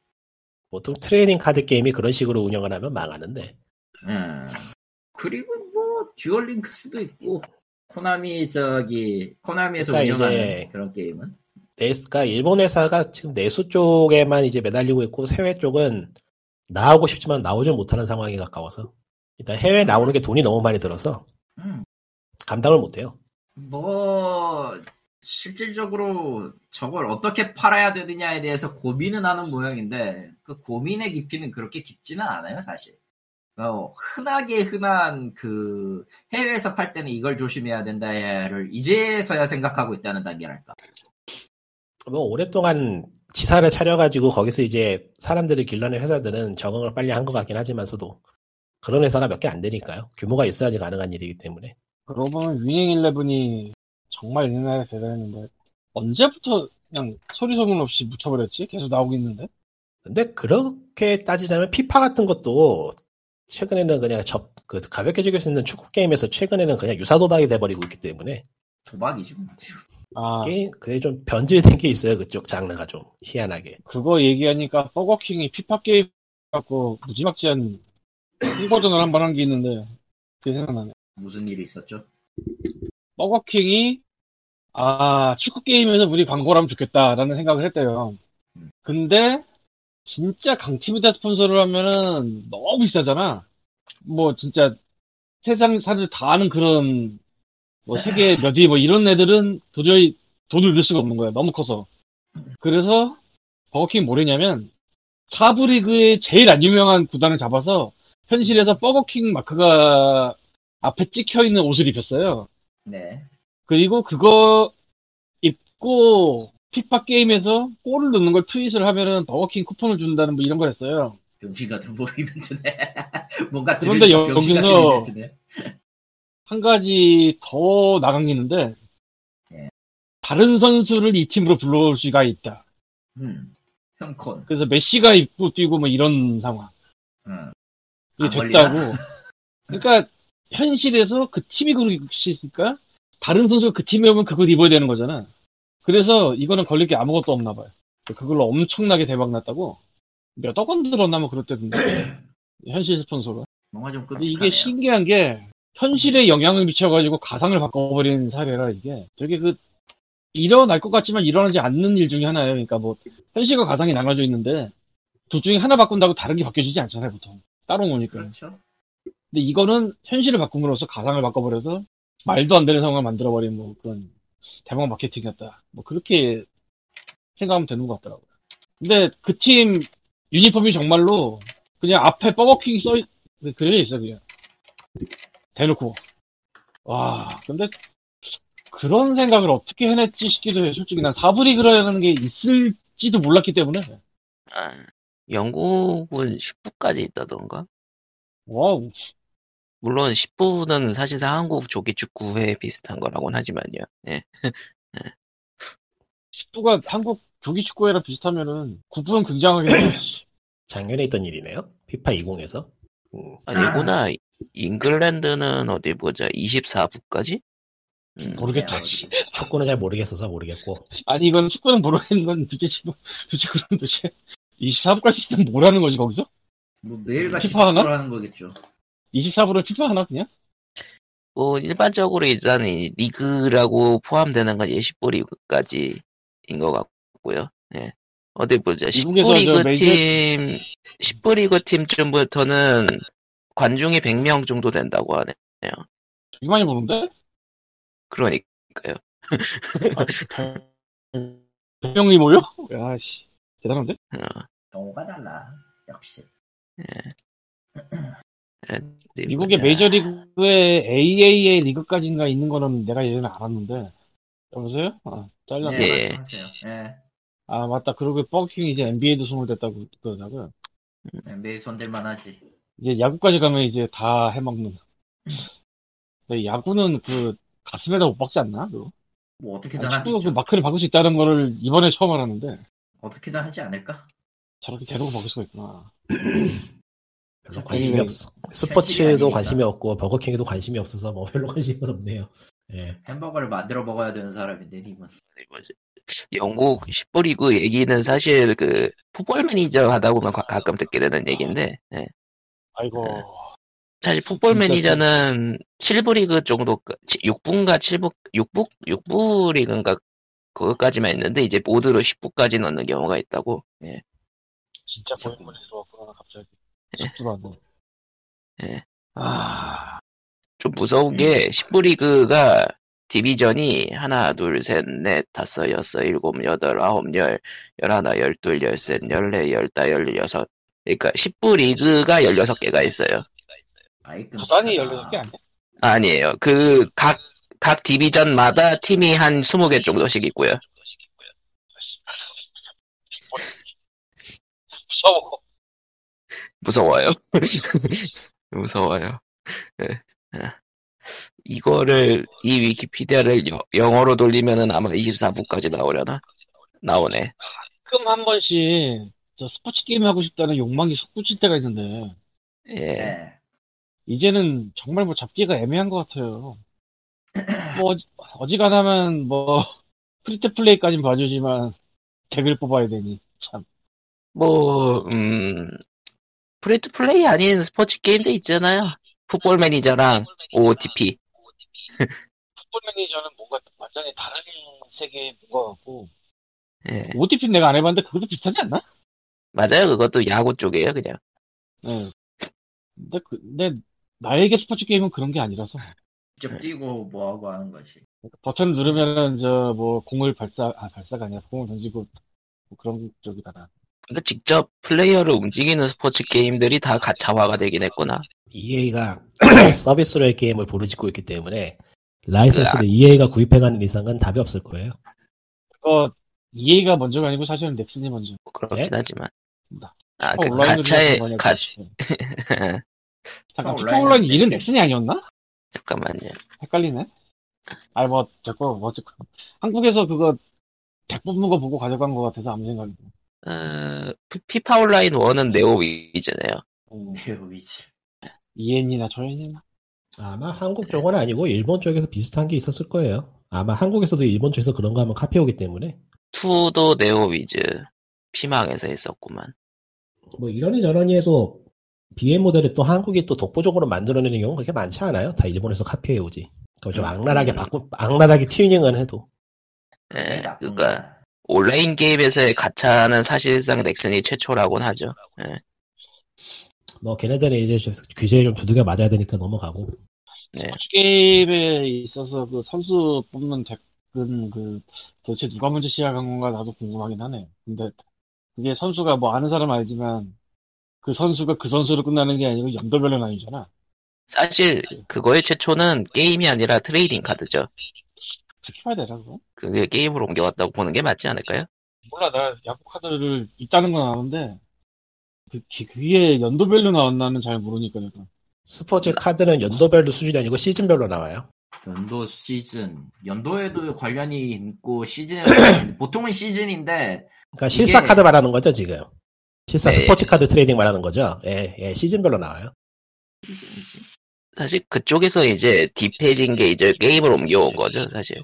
Speaker 3: 보통 트레이닝 카드 게임이 그런 식으로 운영을 하면 망하는데.
Speaker 2: 음. 그리고 뭐 듀얼링크스도 있고 코나미 저기 코나미에서
Speaker 3: 그러니까
Speaker 2: 운영하는
Speaker 3: 이제
Speaker 2: 그런 게임은
Speaker 3: 그러니까 일본 회사가 지금 내수 쪽에만 이제 매달리고 있고 해외 쪽은 나오고 싶지만 나오질 못하는 상황에 가까워서 일단 해외 나오는 게 돈이 너무 많이 들어서
Speaker 2: 음.
Speaker 3: 감당을 못해요.
Speaker 2: 뭐 실질적으로 저걸 어떻게 팔아야 되느냐에 대해서 고민은 하는 모양인데 그 고민의 깊이는 그렇게 깊지는 않아요 사실. 어, 흔하게 흔한 그 해외에서 팔 때는 이걸 조심해야 된다를 이제서야 생각하고 있다는 단계랄까.
Speaker 3: 뭐 오랫동안 지사를 차려가지고 거기서 이제 사람들을 길러낸 회사들은 적응을 빨리 한 것 같긴 하지만서도 그런 회사가 몇 개 안 되니까요. 규모가 있어야지 가능한 일이기 때문에.
Speaker 4: 그러고 보면 위닝 일레븐이 정말 옛날에 대단했는데 언제부터 그냥 소리 소문 없이 묻혀버렸지? 계속 나오고 있는데.
Speaker 3: 근데 그렇게 따지자면 피파 같은 것도 최근에는 그냥 접, 그 가볍게 즐길 수 있는 축구 게임에서 최근에는 그냥 유사 도박이 돼버리고 있기 때문에
Speaker 2: 도박이지 뭐. 지금.
Speaker 4: 아
Speaker 3: 게임 그게 좀 변질된 게 있어요 그쪽 장르가 좀 희한하게.
Speaker 4: 그거 얘기하니까 버거킹이 피파 게임 갖고 무지막지한 홍보전을 한 번 한 게 있는데 그게 생각나네.
Speaker 2: 무슨 일이 있었죠?
Speaker 4: 버거킹이 아 축구 게임에서 우리 광고를 하면 좋겠다라는 생각을 했대요. 근데 진짜 강팀이다 스폰서를 하면은 너무 비싸잖아. 뭐 진짜 세상 사람들 다 아는 그런 뭐 세계 몇 위 뭐 이런 애들은 도저히 돈을 넣을 수가 없는 거야. 너무 커서. 그래서 버거킹이 뭐랬냐면 사브리그의 제일 안 유명한 구단을 잡아서 현실에서 버거킹 마크가 앞에 찍혀 있는 옷을 입혔어요.
Speaker 2: 네.
Speaker 4: 그리고 그거 입고 피파 게임에서 골을 넣는 걸 트윗을 하면은 버거킹 쿠폰을 준다는 뭐 이런 걸 했어요.
Speaker 2: 병신 같은 뭐 이벤트네. [LAUGHS] 뭔가
Speaker 4: 그런데
Speaker 2: 들으니까
Speaker 4: 여-
Speaker 2: 병신 같은
Speaker 4: 여기서-
Speaker 2: 이벤트네.
Speaker 4: 한 가지 더 나간 게 있는데
Speaker 2: 예.
Speaker 4: 다른 선수를 이 팀으로 불러올 수가 있다.
Speaker 2: 음. 형콘.
Speaker 4: 그래서 메시가 입고 뛰고 뭐 이런 상황.
Speaker 2: 음.
Speaker 4: 이게
Speaker 2: 안 걸리나? [LAUGHS]
Speaker 4: 됐다고. 그러니까 현실에서 그 팀이 그렇게 있으니까 다른 선수가 그 팀에 오면 그걸 입어야 되는 거잖아. 그래서 이거는 걸릴 게 아무것도 없나 봐요. 그걸로 엄청나게 대박 났다고. 몇억 원 들었나
Speaker 2: [CLEARS THROAT]
Speaker 4: 뭐 그랬대던데. 현실 스폰서가.
Speaker 2: 뭔가 좀
Speaker 4: 근데
Speaker 2: 끔찍하네요.
Speaker 4: 이게 신기한 게 현실에 영향을 미쳐가지고 가상을 바꿔버리는 사례라 이게 되게 그 일어날 것 같지만 일어나지 않는 일 중에 하나예요. 그러니까 뭐 현실과 가상이 나눠져 있는데 둘 중에 하나 바꾼다고 다른 게 바뀌어지지 않잖아요 보통 따로 노니까.
Speaker 2: 그렇죠.
Speaker 4: 근데 이거는 현실을 바꿈으로써 가상을 바꿔버려서 말도 안 되는 상황을 만들어버린 뭐 그런 대박 마케팅이었다. 뭐 그렇게 생각하면 되는 것 같더라고요. 근데 그 팀 유니폼이 정말로 그냥 앞에 버거킹 써 있- 그려져 있어 그냥 대놓고 와 근데 그런 생각을 어떻게 해냈지 싶기도 해. 솔직히 난 사브리그라는 게 있을지도 몰랐기 때문에
Speaker 1: 아, 영국은 10부까지 있다던가?
Speaker 4: 와우
Speaker 1: 물론 10부는 사실상 한국 조기축구회 비슷한 거라고는 하지만요. 예.
Speaker 4: 10부가 한국 조기축구회랑 비슷하면은 9부는 굉장하게
Speaker 3: 작년에 있던 일이네요. 피파 20에서. 음,
Speaker 1: 아니구나. 잉글랜드는 어디 보자. 24부까지? 음,
Speaker 4: 모르겠다.
Speaker 2: 네, 어디.
Speaker 3: 축구는 잘 모르겠어서 모르겠고.
Speaker 4: 아니 이건 축구는 모르겠는 건 도대체 지금 도대체 그럼 도대체 24부까지 일단 뭐라는 거지 거기서?
Speaker 2: 뭐 매일같이
Speaker 4: 피파 하나?
Speaker 2: 축구를 하는 거겠죠.
Speaker 4: 24부를 피파 하나 그냥?
Speaker 1: 뭐 일반적으로 일단 이 리그라고 포함되는 건 10부리그까지인 것 같고요. 예. 어디 보자.
Speaker 4: 미국에서
Speaker 1: 10부리그
Speaker 4: 저 메이저-
Speaker 1: 팀 10부리그 팀쯤부터는 관중이 100명 정도 된다고 하네.
Speaker 4: 되게 많이 보는데?
Speaker 1: 그러니까
Speaker 4: 100명이 모여? 야씨 대단한데?
Speaker 1: 어,
Speaker 2: 경우가 달라. 역시.
Speaker 1: 어디
Speaker 4: 미국의
Speaker 1: 보자.
Speaker 4: 메이저리그의 AAA 리그까지인가 있는 거는 내가 예전에 알았는데 여보세요? 아 잘렸네
Speaker 1: 예.
Speaker 2: 네, 말씀하세요. 예.
Speaker 4: 아 맞다 그리고 버킹이 이제 NBA도 손을 댔다고 그러다가
Speaker 2: 네, 매일 손댈만 하지.
Speaker 4: 이제 야구까지 가면 이제 다 해먹는 근데 야구는 그 가슴에다 못 박지 않나? 그거?
Speaker 2: 뭐 어떻게든
Speaker 4: 아니, 축구가 그
Speaker 2: 하겠죠.
Speaker 4: 마크를 바꿀 수 있다는 거를 이번에 처음 알았는데
Speaker 2: 어떻게든 하지 않을까?
Speaker 4: 저렇게 대놓고 바꿀 수가 있구나.
Speaker 3: 별로
Speaker 2: 어차피
Speaker 3: 관심이 없어.
Speaker 2: 현실이
Speaker 3: 스포츠에도
Speaker 2: 아니니까.
Speaker 3: 관심이 없고 버거킹에도 관심이 없어서 뭐 별로 관심은 없네요. 예.
Speaker 2: 햄버거를 만들어 먹어야 되는 사람인데 님은.
Speaker 1: 어디 보자. 영국 10부 리그 얘기는 사실 그 풋볼 매니저 하다 보면 가, 끔 듣게 되는 얘기인데 예.
Speaker 4: 아이고
Speaker 1: 사실 풋볼
Speaker 4: 진짜
Speaker 1: 매니저는 7부 리그 정도 6부인가 7부 6부 6부 리그인가 그것까지만 있는데 이제 모드로 10부까지 넣는 경우가 있다고 예.
Speaker 4: 진짜 보이는 거 들어왔구나 갑자기.
Speaker 1: 예.
Speaker 4: 속도가 안 나.
Speaker 1: 예.
Speaker 4: 아
Speaker 1: 좀 무서운 게
Speaker 4: 음.
Speaker 1: 10부 리그가 디비전이 하나 둘 셋 넷 다섯 여섯 일곱 여덟 아홉 열 열하나 열둘 열셋 열네 열다 열여섯 그러니까 10부 리그가 16개가 있어요.
Speaker 2: 아이
Speaker 4: 부산이
Speaker 2: 끔찍하다.
Speaker 4: 16개 아니야?
Speaker 1: 아니에요. 그, 각, 각 디비전마다 팀이 한 20개 정도씩 있고요.
Speaker 4: 무서워.
Speaker 1: 무서워요. [LAUGHS] 무서워요. 예. 예. 이거를, 이 위키피디아를 여- 영어로 돌리면은 아마 24부까지 나오려나? 나오네.
Speaker 4: 가끔 한 번씩 저 스포츠 게임 하고 싶다는 욕망이 솟구칠 때가 있는데
Speaker 1: 예.
Speaker 2: 예.
Speaker 4: 이제는 정말 뭐 잡기가 애매한 것 같아요. 뭐 어지, 간하면뭐 [LAUGHS] 프리트 플레이까진 봐주지만 덱을 뽑아야 되니 참.
Speaker 1: 뭐, 음, 프리트 플레이 아닌 스포츠 게임도 있잖아요. 풋볼 매니저랑 OOTP.
Speaker 4: 아, 풋볼 매니저는 뭔가 완전히 다른 세계인 것 같고
Speaker 1: 예.
Speaker 4: OTP 는 내가 안 해봤는데 그것도 비슷하지 않나?
Speaker 1: 맞아요. 그것도 야구 쪽이에요, 그냥.
Speaker 4: 네. 근데 그- 근데 나에게 스포츠 게임은 그런 게 아니라서 네.
Speaker 2: 직접 뛰고 뭐하고 하는 거지.
Speaker 4: 버튼 누르면은 저 뭐 공을 발사 아 발사가 아니라 공을 던지고 뭐 그런 쪽이다.
Speaker 1: 그러니까 직접 플레이어를 움직이는 스포츠 게임들이 다 가- 자화가 되긴 했구나.
Speaker 2: [COUGHS]
Speaker 3: EA가 서비스로의 게임을 부르짖고 있기
Speaker 2: 네.
Speaker 3: 때문에
Speaker 1: 으악.
Speaker 3: 라이선스를 EA가 구입해가는 이상은 답이 없을 거예요.
Speaker 4: 그거 어, 이해가 먼저가 아니고 사실은 넥슨이 먼저.
Speaker 1: 뭐 그렇긴
Speaker 3: 네?
Speaker 1: 하지만.
Speaker 4: 나.
Speaker 1: 아,
Speaker 4: 피파
Speaker 1: 그
Speaker 4: 예? 어, 온라인으로
Speaker 1: 가차에,
Speaker 4: 해서 많이
Speaker 1: 가,
Speaker 4: 하고 싶어요.
Speaker 1: 잠깐만요. [LAUGHS]
Speaker 2: 피파
Speaker 4: 잠깐 피파
Speaker 2: 온라인은
Speaker 4: 온라인 이름
Speaker 2: 넥슨.
Speaker 4: 넥슨이 아니었나? 헷갈리네. 아니 뭐 자꾸 뭐 자꾸 한국에서 그거 백 뽑는 거 보고 가져간 거 같아서 아무 생각이 안
Speaker 1: 어, 피- 피파 온라인 1은 네오위잖아요.
Speaker 4: 들어.
Speaker 2: 네오위치.
Speaker 4: 이엔이나 E 저엔이나
Speaker 3: 아마 한국 쪽은 아니고 일본 쪽에서 비슷한 게 있었을 거예요. 아마 한국에서도 일본 쪽에서 그런 거 하면 카피 오기 때문에
Speaker 1: 2도 네오위즈. 피망에서 했었구만.
Speaker 3: 뭐 이러니 저러니 해도 BM 모델을 또 한국이 또 독보적으로 만들어내는 경우는 그렇게 많지 않아요. 다 일본에서 카피해 오지. 그럼 좀
Speaker 1: 음.
Speaker 3: 악랄하게 바꾸, 악랄하게 튜닝은 해도.
Speaker 1: 예,
Speaker 2: 나쁜
Speaker 1: 그니까,
Speaker 2: 거야.
Speaker 1: 온라인 게임에서의 가차는 사실상 넥슨이 최초라고는 하죠. 예,
Speaker 3: 뭐 걔네들은 이제 저- 규제에 좀 두들겨 맞아야 되니까 넘어가고.
Speaker 1: 네.
Speaker 4: 게임에 있어서 그 선수 뽑는 덱은 그 도대체 누가 먼저 시작한 건가 나도 궁금하긴 하네. 근데 그게 선수가 뭐 아는 사람 알지만 그 선수가 그 선수로 끝나는 게 아니고 연도별로 나뉘잖아.
Speaker 1: 사실, 그거의 최초는 게임이 아니라 트레이딩 카드죠.
Speaker 4: 그렇게 봐야 되나 그거?
Speaker 1: 그게 게임으로 옮겨왔다고 보는 게 맞지 않을까요?
Speaker 4: 몰라 나 야구 카드를 있다는 건 아는데 그 기- 그게 연도별로 나왔나는 잘 모르니까 내가.
Speaker 3: 스포츠 카드는 연도별로 수준이 아니고 시즌별로 나와요.
Speaker 2: 연도 시즌
Speaker 1: 음.
Speaker 2: 연도에도 관련이 있고
Speaker 1: [COUGHS]
Speaker 2: 시즌 보통은 시즌인데
Speaker 3: 그러니까 실사
Speaker 2: 이게-
Speaker 3: 카드 말하는 거죠 지금. 실사
Speaker 1: 네.
Speaker 3: 스포츠 카드 트레이딩 말하는 거죠. 예, 예, 시즌별로 나와요.
Speaker 2: 시즌이지.
Speaker 1: 사실 그쪽에서 이제 딥해진 게 이제 게임을 옮겨온 거죠, 사실.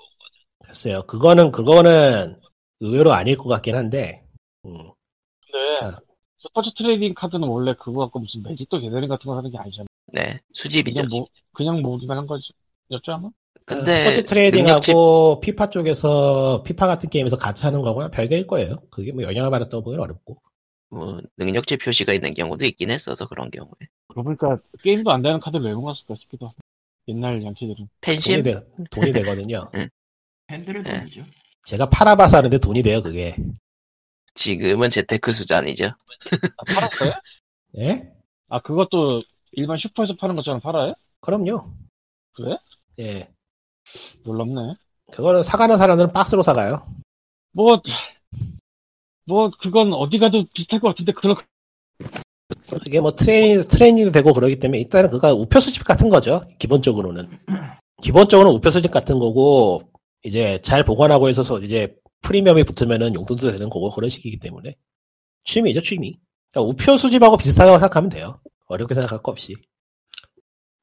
Speaker 3: 글쎄요, 그거는 그거는 의외로 아닐 것 같긴 한데. 음.
Speaker 4: 근데
Speaker 3: 아.
Speaker 4: 스포츠 트레이딩 카드는 원래 그거 갖고 무슨 매직도 개선링 같은 거 하는 게 아니잖아.
Speaker 1: 네, 수집이죠.
Speaker 4: 그냥 뭐 그냥 모으기만 한 거지. 였죠 아마?
Speaker 1: 근데
Speaker 3: 스포츠 트레이딩하고 피파 쪽에서 피파 같은 게임에서 같이 하는 거거나 별개일 거예요. 그게 뭐 영향을 받았다고 보기는 어렵고.
Speaker 1: 뭐 능력치 표시가 있는 경우도 있긴 했어서 그런 경우에
Speaker 4: 그러고 보니까 게임도 안 되는 카드를 왜 모았을까 싶기도 하고. 옛날 양키들은.
Speaker 3: 돈이
Speaker 1: 펜심
Speaker 3: 돼 돈이 되거든요.
Speaker 2: 팬들의
Speaker 1: 네.
Speaker 2: 돈이죠.
Speaker 3: 제가 팔아봐서 하는데 돈이 돼요 그게.
Speaker 1: 지금은 재테크 수단이죠.
Speaker 4: 아, 팔았어요?
Speaker 3: 예?
Speaker 4: [LAUGHS] 아, 그것도 일반 슈퍼에서 파는 것처럼 팔아요?
Speaker 3: 그럼요.
Speaker 4: 그래?
Speaker 3: 예.
Speaker 4: 놀랍네.
Speaker 3: 그거는 사가는 사람들은 박스로 사가요.
Speaker 4: 뭐, 뭐, 그건 어디 가도 비슷할 것 같은데, 그런,
Speaker 3: 이게 뭐 트레이닝, 트레이닝도 되고 그러기 때문에 일단은 그가 우표 수집 같은 거죠. 기본적으로는. 기본적으로는 우표 수집 같은 거고, 이제 잘 보관하고 있어서 이제 프리미엄이 붙으면은 용돈도 되는 거고 그런 식이기 때문에. 취미죠, 취미. 그러니까 우표 수집하고 비슷하다고 생각하면 돼요. 어렵게 생각할 거 없이.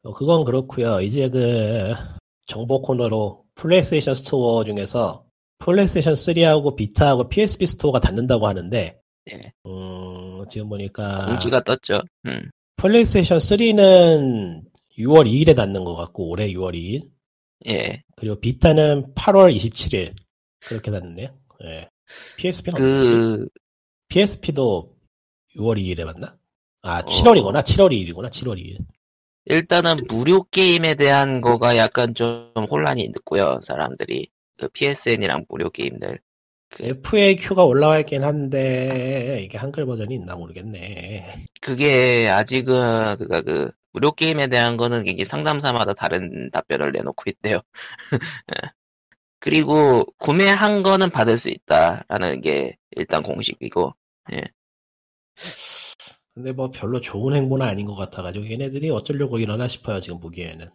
Speaker 3: 어, 그건 그렇고요 이제 그, 정보 코너로 플레이스테이션 스토어 중에서 플레이스테이션 3하고 비타하고 PSP 스토어가 닫는다고 하는데,
Speaker 1: 네.
Speaker 3: 음, 지금 보니까.
Speaker 1: 공지가 떴죠. 음.
Speaker 3: 플레이스테이션 3는 6월 2일에 닿는 것 같고 올해 6월 2일
Speaker 1: 예.
Speaker 3: 그리고 비타는 8월 27일 그렇게 닿는데요. 예. PSP는
Speaker 1: 그
Speaker 3: PSP도 6월 2일에 맞나? 아
Speaker 1: 어.
Speaker 3: 7월이구나 7월 2일이구나 7월 2일.
Speaker 1: 일단은 무료 게임에 대한 거가 약간 좀 혼란이 있고요. 사람들이 그 PSN이랑 무료 게임들 네.
Speaker 3: FAQ가 올라와 있긴 한데 이게 한글 버전이 있나 모르겠네.
Speaker 1: 그게 아직은 그가 그 무료 게임에 대한 거는 이게 상담사마다 다른 답변을 내놓고 있대요. [LAUGHS] 예. 그리고 구매한 거는 받을 수 있다라는 게 일단 공식이고
Speaker 3: 근데 뭐 별로 좋은 행보는 아닌 것 같아가지고 얘네들이 어쩌려고 이러나 싶어요 지금 보기에는.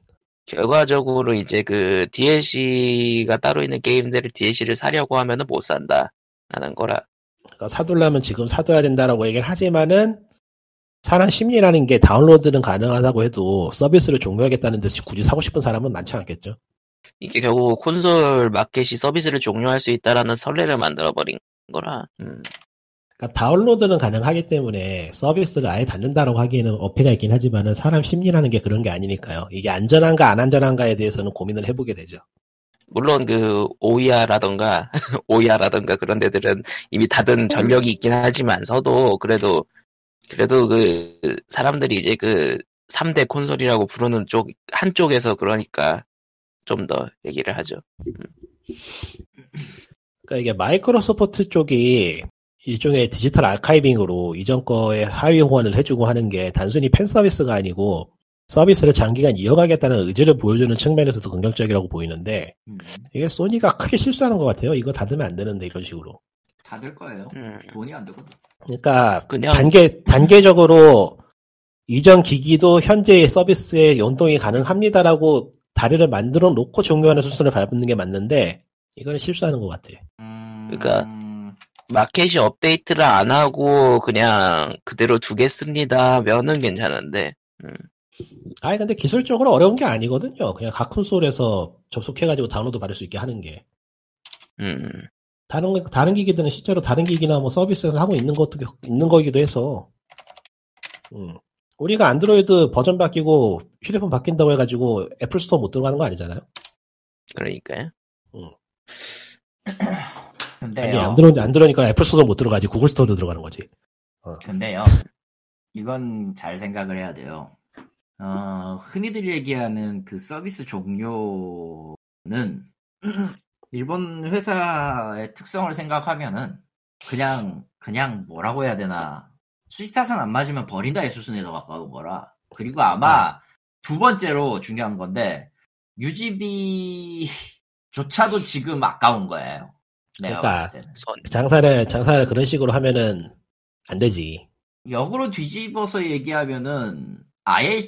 Speaker 1: 결과적으로 이제 그 DLC가 따로 있는 게임들을 DLC를 사려고 하면은 못 산다라는 거라.
Speaker 3: 그러니까 사두려면 지금 사둬야 된다라고 얘기를 하지만은 사람 심리라는 게 다운로드는 가능하다고 해도 서비스를 종료하겠다는데 굳이 사고 싶은 사람은 많지 않겠죠.
Speaker 1: 이게 결국 콘솔 마켓이 서비스를 종료할 수 있다라는 설레를 만들어 버린 거라. 음.
Speaker 3: 그러니까 다운로드는 가능하기 때문에 서비스를 아예 닫는다라고 하기에는 어폐가 있긴 하지만은 사람 심리라는 게 그런 게 아니니까요. 이게 안전한가 안 안전한가에 대해서는 고민을 해보게 되죠.
Speaker 1: 물론 그 오이아라던가 [LAUGHS] 오이아라던가 그런 데들은 이미 닫은 전력이 있긴 하지만서도 그래도 그래도 그 사람들이 이제 그 3대 콘솔이라고 부르는 쪽 한쪽에서 그러니까 좀 더 얘기를 하죠.
Speaker 3: 그러니까 이게 마이크로소프트 쪽이 일종의 디지털 아카이빙으로 이전 거에 하위 호환을 해주고 하는 게 단순히 팬 서비스가 아니고 서비스를 장기간 이어가겠다는 의지를 보여주는 측면에서도 긍정적이라고 보이는데
Speaker 2: 음,
Speaker 3: 이게 소니가 크게 실수하는 것 같아요. 이거 닫으면 안 되는데 이런 식으로.
Speaker 2: 다들 거예요.
Speaker 1: 음.
Speaker 2: 돈이 안 되거든.
Speaker 3: 그러니까
Speaker 1: 그냥
Speaker 3: 단계 단계적으로 이전 기기도 현재의 서비스에 연동이 가능합니다라고 다리를 만들어 놓고 종료하는 수순을 밟는 게 맞는데 이거는 실수하는 것 같아.
Speaker 2: 음,
Speaker 1: 그러니까 마켓이 업데이트를 안 하고 그냥 그대로 두겠습니다면은 괜찮은데
Speaker 3: 아니 근데 기술적으로 어려운 게 아니거든요. 그냥 각 콘솔에서 접속해가지고 다운로드 받을 수 있게 하는 게
Speaker 1: 음
Speaker 3: 다른 거- 다른 기기들은 실제로 다른 기기나 뭐 서비스에서 하고 있는 것도 있는 거기도 해서 음. 우리가 안드로이드 버전 바뀌고 휴대폰 바뀐다고 해가지고 애플 스토어 못 들어가는 거 아니잖아요.
Speaker 1: 그러니까요.
Speaker 3: 아니
Speaker 2: 근데요.
Speaker 3: 안 들어 안 들어니까 애플 스토어 못 들어가지 구글 스토어도 들어가는 거지.
Speaker 2: 근데요. 이건 잘 생각을 해야 돼요. 어, 흔히들 얘기하는 그 서비스 종료는 [CLEARS THROAT] 일본 회사의 특성을 생각하면은 그냥 그냥 뭐라고 해야 되나 수시타산 안 맞으면 버린다의 수순에 더 가까운 거라. 그리고
Speaker 3: 네.
Speaker 2: 아마 두 번째로 중요한 건데 유지비조차도 지금 아까운 거예요. 내가
Speaker 3: 그러니까
Speaker 2: 봤을 때는.
Speaker 1: 손
Speaker 3: 장사를 장사를 그런 식으로 하면은 안 되지.
Speaker 2: 역으로 뒤집어서 얘기하면은 아예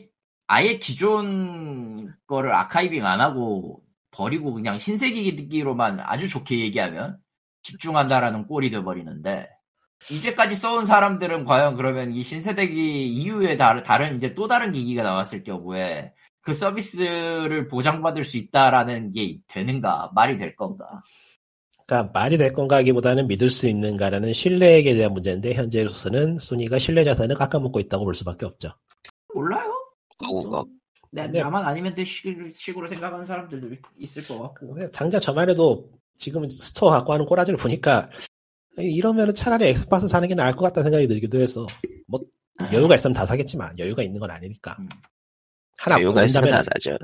Speaker 2: 아예 기존 거를 아카이빙 안 하고 버리고 그냥 신세기기로만 아주 좋게 얘기하면 집중한다라는 꼴이 돼버리는데 이제까지 써온 사람들은 과연 그러면 이 신세대기 이후에 다른, 다른 이제 또 다른 기기가 나왔을 경우에 그 서비스를 보장받을 수 있다라는 게 되는가 말이 될 건가
Speaker 3: 그러니까 말이 될 건가하기보다는 믿을 수 있는가라는 신뢰에 대한 문제인데 현재로서는 소니가 신뢰 자산을 깎아먹고 있다고 볼 수밖에 없죠.
Speaker 2: 몰라요?
Speaker 1: 가고 막
Speaker 2: 나,
Speaker 3: 네.
Speaker 2: 나만 아니면 될 식- 식으로 생각하는 사람들도 있을 것 같고
Speaker 3: 근데 당장 저만 해도 지금 스토어 갖고 하는 꼬라지를 보니까 이러면 차라리 엑스박스 사는 게 나을 것 같다는 생각이 들기도 해서 뭐 여유가 있으면 다 사겠지만 여유가 있는 건 아니니까
Speaker 2: 음.
Speaker 3: 하나
Speaker 1: 여유가 있으면 다
Speaker 3: 고른다면
Speaker 1: 사죠.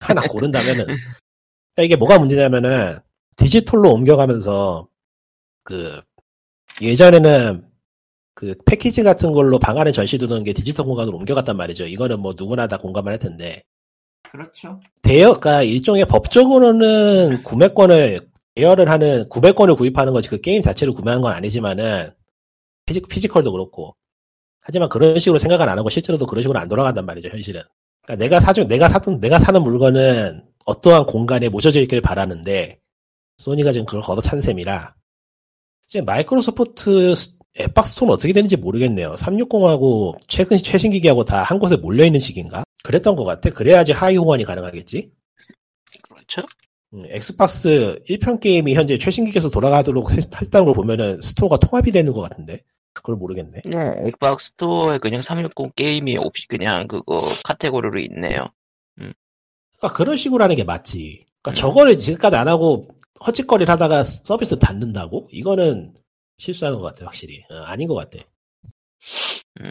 Speaker 3: 하나
Speaker 1: [LAUGHS]
Speaker 3: 고른다면은 그러니까 이게 뭐가 문제냐면은 디지털로 옮겨가면서 그 예전에는 그 패키지 같은 걸로 방 안에 전시두던 게 디지털 공간으로 옮겨갔단 말이죠. 이거는 뭐 누구나 다 공감을 할 텐데
Speaker 2: 그렇죠
Speaker 3: 대여, 그러니까 일종의 법적으로는 구매권을 대여를 하는 구매권을 구입하는 거지 그 게임 자체를 구매한 건 아니지만은 피지, 피지컬도 그렇고 하지만 그런 식으로 생각을 안 하고 실제로도 그런 식으로 안 돌아간단 말이죠 현실은. 그러니까 내가 사준 내가 사둔 내가 사는 물건은 어떠한 공간에 모셔져 있길 바라는데 소니가 지금 그걸 걷어찬 셈이라 이제 마이크로소프트 스- 앱박스 톤 어떻게 되는지 모르겠네요. 360하고 최근 최신 기기하고 다 한 곳에 몰려 있는 식인가? 그랬던 것 같아. 그래야지 하이 호환이 가능하겠지.
Speaker 1: 그렇죠?
Speaker 3: 음, 엑스박스 1편 게임이 현재 최신 기기에서 돌아가도록 했- 했다는 걸 보면은 스토어가 통합이 되는 것 같은데 그걸 모르겠네.
Speaker 1: 네, 엑박스 스토어에 그냥 360 게임이 없이 그냥 그거 카테고리로 있네요.
Speaker 3: 그러니까 그런 식으로 하는 게 맞지. 그러니까
Speaker 1: 음.
Speaker 3: 저거를 지금까지 안 하고 헛짓거리를 하다가 서비스 닫는다고? 이거는 실수하는 것 같아 확실히. 어, 아닌 것 같아.
Speaker 1: 음.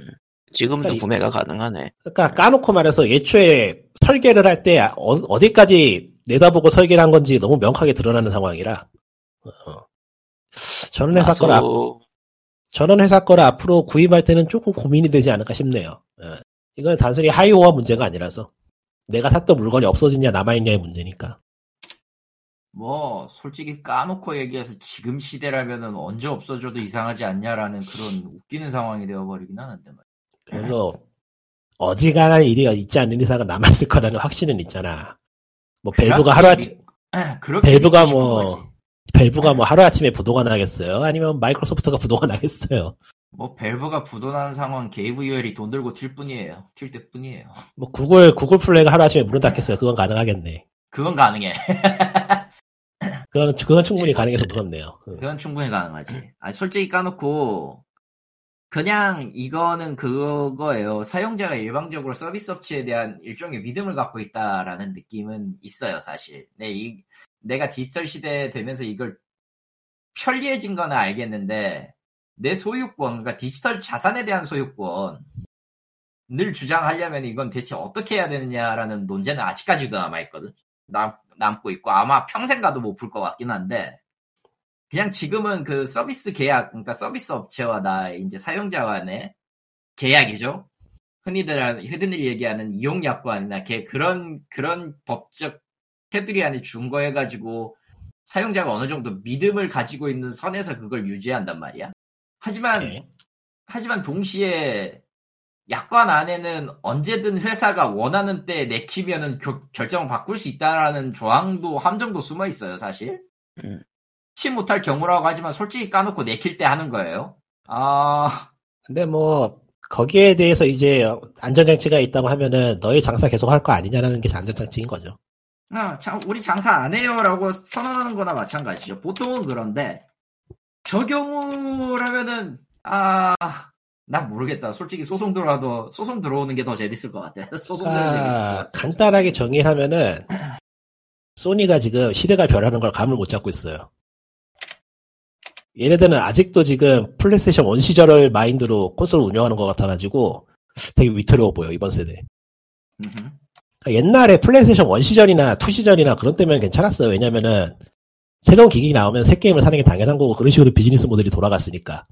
Speaker 1: 지금도
Speaker 3: 그러니까 이-
Speaker 1: 구매가 가능하네.
Speaker 3: 그러니까 까놓고 말해서 예초에 설계를 할 때 어, 디까지 내다보고 설계를 한 건지 너무 명확하게 드러나는 상황이라 어. 저런
Speaker 1: 아,
Speaker 3: 회사 거라
Speaker 1: 마소-
Speaker 3: 저런 회사 거를 앞으로 구입할 때는 조금 고민이 되지 않을까 싶네요. 예. 이건 단순히 하이오와 문제가 아니라서 내가 샀던 물건이 없어지냐 남아있냐의 문제니까.
Speaker 2: 뭐 솔직히 까놓고 얘기해서 지금 시대라면은 언제 없어져도 이상하지 않냐라는 그런 웃기는 상황이 되어버리긴 하는데 말이야.
Speaker 3: 그래서 어지간한 일이 있지 않는 이상은 남아있을 거라는 확신은 있잖아. 뭐 밸브가
Speaker 2: 그렇게
Speaker 3: 하루아침
Speaker 2: 믿- 에, [CLEARS THROAT] 그렇게
Speaker 3: 밸브가
Speaker 2: 믿고 싶은
Speaker 3: 뭐-
Speaker 2: 거지.
Speaker 3: 밸브가 뭐 하루아침에 부도가 나겠어요? 아니면 마이크로소프트가 부도가 나겠어요?
Speaker 2: 뭐 밸브가 부도나는 상황 게이브유엘이 돈 들고 튈 뿐이에요 튈 때뿐이에요
Speaker 3: 뭐 구글 구글 플레이가 하루아침에 문을 닫겠어요? 그건 가능하겠네.
Speaker 2: 그건 가능해
Speaker 3: 그건 그건 충분히 가능해서 무섭네요. 응.
Speaker 2: 그건 충분히 가능하지 아 솔직히 까놓고 그냥 이거는 그거예요 사용자가 일방적으로 서비스 업체에 대한 일종의 믿음을 갖고 있다라는 느낌은 있어요 사실 네, 이, 내가 디지털 시대에 되면서 이걸 편리해진 거는 알겠는데 내 소유권, 그러니까 디지털 자산에 대한 소유권을 주장하려면 이건 대체 어떻게 해야 되느냐라는 논제는 아직까지도 남아있거든. 남, 남고 있고 아마 평생 가도 못 풀 것 같긴 한데 그냥 지금은 그 서비스 계약, 그러니까 서비스 업체와 나 이제 사용자 간의 계약이죠. 흔히들 하- 흔히들 얘기하는 이용 약관이나 걔 그런 그런 법적 테두리 안에 준거해 가지고 사용자가 어느 정도 믿음을 가지고 있는 선에서 그걸 유지한단 말이야. 하지만
Speaker 3: 예.
Speaker 2: 하지만 동시에 약관 안에는 언제든 회사가 원하는 때 내키면은 교- 결정을 바꿀 수 있다라는 조항도 함정도 숨어 있어요, 사실.
Speaker 1: 음.
Speaker 2: 치 못할 경우라고 하지만 솔직히 까놓고 내킬 때 하는 거예요. 아,
Speaker 3: 근데 뭐 거기에 대해서 이제 안전장치가 있다고 하면은 너의 장사 계속 할 거 아니냐라는 게 안전장치인 거죠.
Speaker 2: 아, 자, 우리 장사 안 해요라고 선언하는 거나 마찬가지죠. 보통은 그런데, 저 경우라면은, 아, 난 모르겠다. 솔직히 소송 들어와도, 소송 들어오는 게 더 재밌을 것 같아. [LAUGHS] 소송 들어 재밌을 것
Speaker 3: 아,
Speaker 2: 같아.
Speaker 3: 간단하게 정의하면은 소니가 지금 시대가 변하는 걸 감을 못 잡고 있어요. 얘네들은 아직도 지금 플레이스테이션 1 시절을 마인드로 콘솔을 운영하는 것 같아가지고 되게 위태로워 보여 이번 세대.
Speaker 2: 음흠.
Speaker 3: 그러니까 옛날에 플레이스테이션 1 시절이나 2 시절이나 그런 때면 괜찮았어요. 왜냐면은 새로운 기기 나오면 새 게임을 사는 게 당연한 거고 그런 식으로 비즈니스 모델이 돌아갔으니까.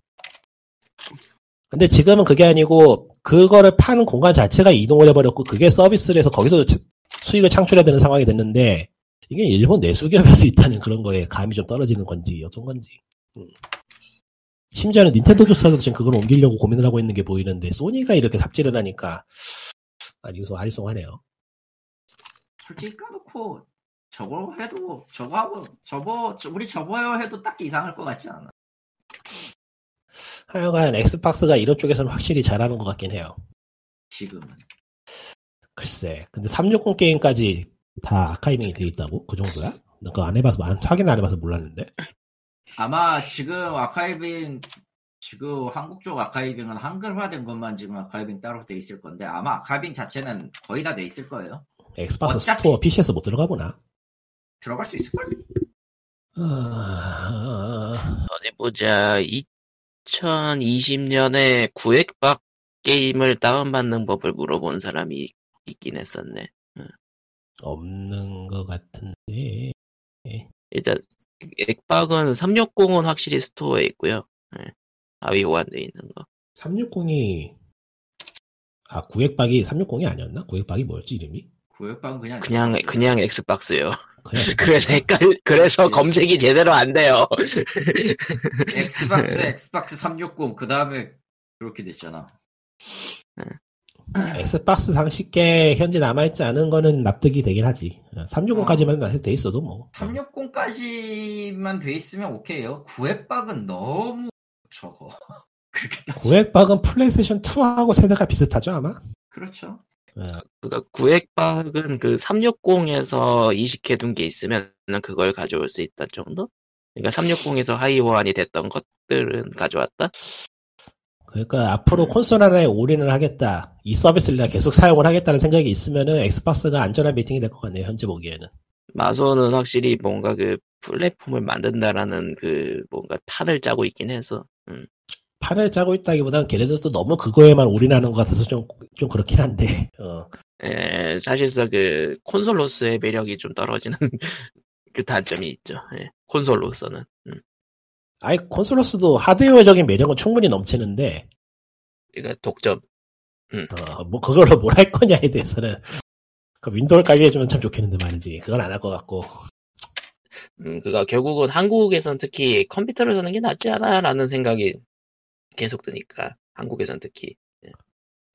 Speaker 3: 근데 지금은 그게 아니고 그거를 파는 공간 자체가 이동을 해버렸고 그게 서비스를 해서 거기서 차- 수익을 창출해야 되는 상황이 됐는데 이게 일본 내수 기업일 수 있다는 그런 거에 감이 좀 떨어지는 건지 어떤 건지. 음. 심지어는 닌텐도조차도 지금 그걸 옮기려고 고민을 하고 있는 게 보이는데 소니가 이렇게 삽질을 하니까 아리송 아리송하네요.
Speaker 2: 솔직히 까놓고, 저거 해도, 저거 하고, 저거, 저- 우리 저거요 해도 딱히 이상할 것 같지 않아.
Speaker 3: 하여간 엑스박스가 이런 쪽에서는 확실히 잘하는 것 같긴 해요.
Speaker 2: 지금은.
Speaker 3: 글쎄. 근데 360 게임까지 다 아카이밍이 돼 있다고? 그 정도야? 나 그거 안 해봐서, 안, 확인 안 해봐서 몰랐는데.
Speaker 2: 아마 지금 아카이빙 지금 한국 쪽 아카이빙은 한글화된 것만 지금 아카이빙 따로 돼 있을 건데 아마 아카이빙 자체는 거의 다 돼 있을 거예요.
Speaker 3: 엑스박스
Speaker 2: 어차피-
Speaker 3: 스토어 PC에서 못 들어가 보나?
Speaker 2: 들어갈 수 있을 걸?
Speaker 3: 아,
Speaker 1: 어디 보자. 2020년에 9액박 게임을 다운받는 법을 물어본 사람이 있- 있긴 했었네.
Speaker 3: 없는 것 같은데.
Speaker 1: 일단 액박은 360은 확실히 스토어에 있고요. 예. 아위 호환돼 있는 거.
Speaker 3: 360이, 아, 900박이 360이 아니었나? 900박이 뭐였지, 이름이?
Speaker 2: 구역방은 그냥
Speaker 1: 그냥 그냥 엑스박스요. [LAUGHS]
Speaker 3: 그냥
Speaker 2: 그러니까.
Speaker 1: 그래서 헷갈 그래서
Speaker 2: 그렇지.
Speaker 1: 검색이 제대로 안 돼요.
Speaker 2: 엑스박스 엑스박스 360 그다음에 그렇게 됐잖아.
Speaker 3: 엑스박스 상식에 현재 남아있지 않은 거는 납득이 되긴 하지. 360까지만 돼 있어도 뭐.
Speaker 2: 360까지만 돼 있으면 오케이요. 구획박은 너무 저거 [LAUGHS] 그렇게 따지
Speaker 3: 구획박은 플레이스테이션 2하고 세대가 비슷하죠 아마?
Speaker 2: 그렇죠.
Speaker 1: 그러니까 9액박은 그 360에서 이식해 둔 게 있으면 그걸 가져올 수 있다 정도? 그러니까 360에서 하이 호환이 됐던 것들은 가져왔다?
Speaker 3: 그러니까 앞으로 콘솔 하나에 올인을 하겠다 이 서비스를 내가 계속 사용을 하겠다는 생각이 있으면은 엑스박스가 안전한 베팅이 될 것 같네요 현재 보기에는
Speaker 1: 마소는 확실히 뭔가 그 플랫폼을 만든다라는 그 뭔가 판을 짜고 있긴 해서 음.
Speaker 3: 판을 짜고 있다기보다는 걔네들도 너무 그거에만 올인하는 것 같아서 좀, 좀 그렇긴 한데 어,
Speaker 1: 에, 사실상 그 콘솔로서의 매력이 좀 떨어지는 [LAUGHS] 그 단점이 있죠. 예, 콘솔로서는 음.
Speaker 3: 아예 콘솔로서도 하드웨어적인 매력은 충분히 넘치는데
Speaker 1: 그러니까 독점
Speaker 3: 어, 뭐 그걸로 뭘 할 거냐에 대해서는 그 윈도우를 깔게 해주면 참 좋겠는데 말이지 그건 안 할 것 같고
Speaker 1: 음, 그가 결국은 한국에선 특히 컴퓨터를 사는 게 낫지 않아라는 생각이 계속 드니까 한국에선 특히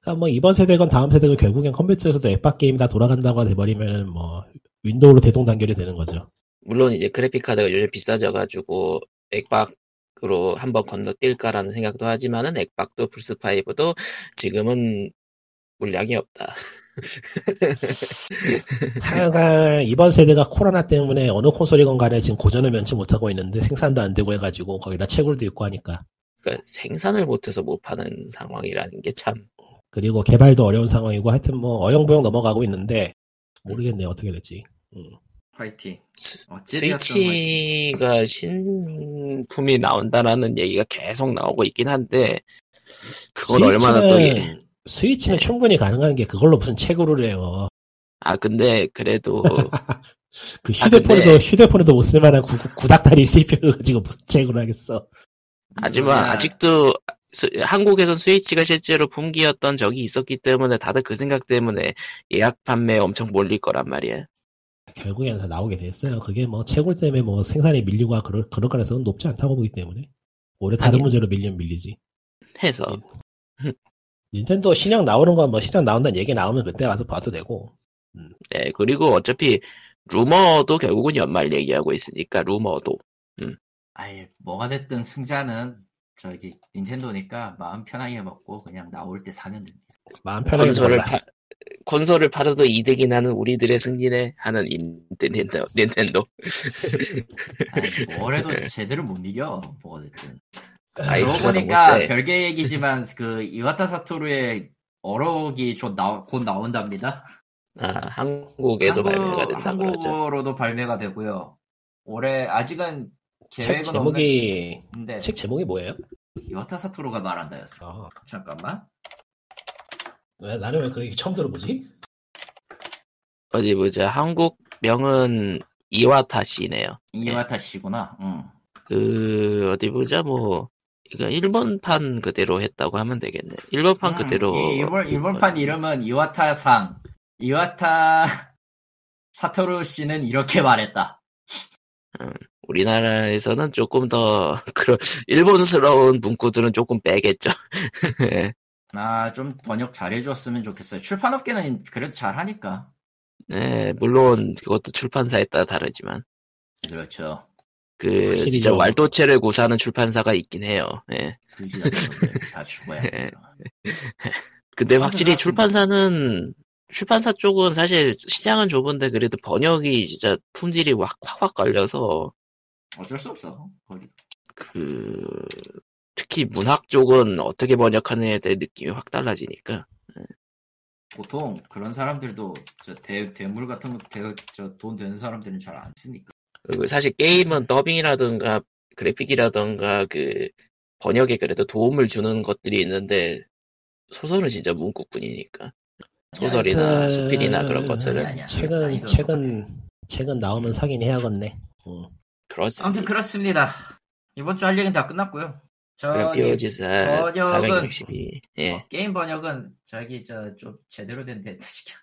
Speaker 3: 그러니까 뭐 이번 세대건 다음 세대건 결국엔 컴퓨터에서도 앱박 게임이 다 돌아간다고 돼버리면은 뭐 윈도우로 대동단결이
Speaker 1: [LAUGHS]
Speaker 3: 되는 거죠.
Speaker 1: 물론 이제 그래픽 카드가 요즘 비싸져가지고 액박으로 한번 건너뛸까라는 생각도 하지만은 액박도 플스 5도 지금은 물량이 없다.
Speaker 3: 하여간 이번 세대가 코로나 때문에 어느 콘솔이건 간에 지금 고전을 면치 못하고 있는데 생산도 안 되고 해가지고 거기다 채굴도 있고 하니까
Speaker 1: 그러니까 생산을 못해서 못 파는 상황이라는 게 참.
Speaker 3: 그리고 개발도 어려운 상황이고 하여튼 뭐 어영부영 넘어가고 있는데 모르겠네요 어떻게 될지.
Speaker 2: 화이팅.
Speaker 1: 스-
Speaker 2: 어찌되었든 화이팅.
Speaker 1: 스위치가 신품이 나온다라는 얘기가 계속 나오고 있긴 한데 그건 얼마나 또 예. 이게-
Speaker 3: 스위치는-
Speaker 1: 네.
Speaker 3: 스위치는 충분히 가능한 게 그걸로 무슨 채굴을 해요.
Speaker 1: 아 근데 그래도
Speaker 3: 그
Speaker 1: 아,
Speaker 3: 휴대폰에도
Speaker 1: 근데-
Speaker 3: 휴대폰에도 못 쓸만한 구, 구닥다리 [LAUGHS] CPU를 가지고 무슨 채굴을 하겠어.
Speaker 1: 하지만
Speaker 2: 그냥
Speaker 1: 아직도 스- 한국에선 스위치가 실제로 품귀였던 적이 있었기 때문에 다들 그 생각 때문에 예약 판매 엄청 몰릴 거란 말이야.
Speaker 3: 결국에는 다 나오게 됐어요. 그게 뭐 채굴 때문에 뭐 생산이 밀리고 그럴, 그럴 가능성은 높지 않다고 보기 때문에. 올해 다른
Speaker 1: 아니.
Speaker 3: 문제로 밀리면 밀리지.
Speaker 1: 해서
Speaker 3: 닌텐도 신형 나오는 건 뭐 신형 나온다는 얘기 나오면 그때 와서 봐도 되고.
Speaker 1: 네, 그리고 어차피 루머도 결국은 연말 얘기하고 있으니까 루머도
Speaker 2: 아예 뭐가 됐든 승자는 저기 닌텐도니까 마음 편하게 먹고 그냥 나올 때 사면 됩니다.
Speaker 3: 마음 편하게
Speaker 1: 콘솔을
Speaker 3: 놀라.
Speaker 1: 파, 콘솔을 팔아도 이득이 나는 우리들의 승리네 하는 인- 닌텐도 닌텐도
Speaker 2: 아니,
Speaker 1: [LAUGHS]
Speaker 2: 뭘 해도 제대로 못 이겨 뭐가 됐든.
Speaker 1: 아이,
Speaker 2: 그러고
Speaker 3: 어, 뭐
Speaker 1: 그거는
Speaker 2: 보니까
Speaker 1: 못 세.
Speaker 2: 별개 얘기지만 그 이와타 사토루의 어록이 곧, 나곧 나온답니다.
Speaker 1: 아, 한국에도 발매가 된다고 그러죠.
Speaker 2: 한국어로도 발매가 되고요. 올해 아직은
Speaker 3: 책
Speaker 2: 계획은
Speaker 3: 제목이
Speaker 2: 없는데
Speaker 3: 책 제목이 뭐예요?
Speaker 2: 이와타 사토루가 말한다였어.
Speaker 3: 아,
Speaker 2: 잠깐만.
Speaker 3: 왜 나는 왜 그게 처음 들어보지?
Speaker 1: 어디 보자. 한국 명은 이와타 씨네요.
Speaker 2: 이와타 씨구나. 응.
Speaker 1: 그 어디 보자 뭐 이거 일본판 그대로 했다고 하면 되겠네. 일본판
Speaker 2: 음,
Speaker 1: 그대로
Speaker 2: 이 일본 일본판 이름은 이와타 상. 이와타 [LAUGHS] 사토루 씨는 이렇게 말했다.
Speaker 1: 우리나라에서는 조금 더 [LAUGHS] 그런 일본스러운 문구들은 조금 빼겠죠. [LAUGHS] 예.
Speaker 2: 아, 좀 번역 잘해줬으면 좋겠어요. 출판업계는 그래도 잘하니까.
Speaker 1: 네, 물론 그것도 출판사에 따라 다르지만
Speaker 2: 그렇죠.
Speaker 1: 그
Speaker 3: 확실히
Speaker 1: 진짜
Speaker 3: 좀-
Speaker 1: 왈도체를 구사하는 출판사가 있긴 해요. 예.
Speaker 2: 그지 같은 다
Speaker 1: [LAUGHS]
Speaker 2: 죽어야 돼.
Speaker 1: 근데 확실히
Speaker 2: 아, 그렇습니다.
Speaker 1: 출판사는 출판사 쪽은 사실 시장은 좁은데 그래도 번역이 진짜 품질이 확확확 걸려서
Speaker 2: 어쩔 수 없어. 거기.
Speaker 1: 그 특히 문학 쪽은 어떻게 번역하느냐에 대해 느낌이 확 달라지니까
Speaker 2: 보통 그런 사람들도 저 대, 대물 같은 거저돈 되는 사람들은 잘 안 쓰니까.
Speaker 1: 그리고 사실 게임은 더빙이라든가 그래픽이라든가 그 번역에 그래도 도움을 주는 것들이 있는데 소설은 진짜 문구뿐이니까 소설이나
Speaker 3: 하여튼-
Speaker 1: 수필이나 그런 것들은
Speaker 2: 아니야.
Speaker 3: 최근
Speaker 2: 아니야.
Speaker 3: 최근 최근 나오면 사긴 해야겠네. 음.
Speaker 2: 아무튼
Speaker 1: 그렇습니다.
Speaker 2: 그렇습니다. 이번 주 할 얘기는 다 끝났고요. 저
Speaker 1: 피오지사
Speaker 2: 번역은-
Speaker 1: 462. 예.
Speaker 2: 어, 게임 번역은 저기 저 좀 제대로 된 데다 시켜.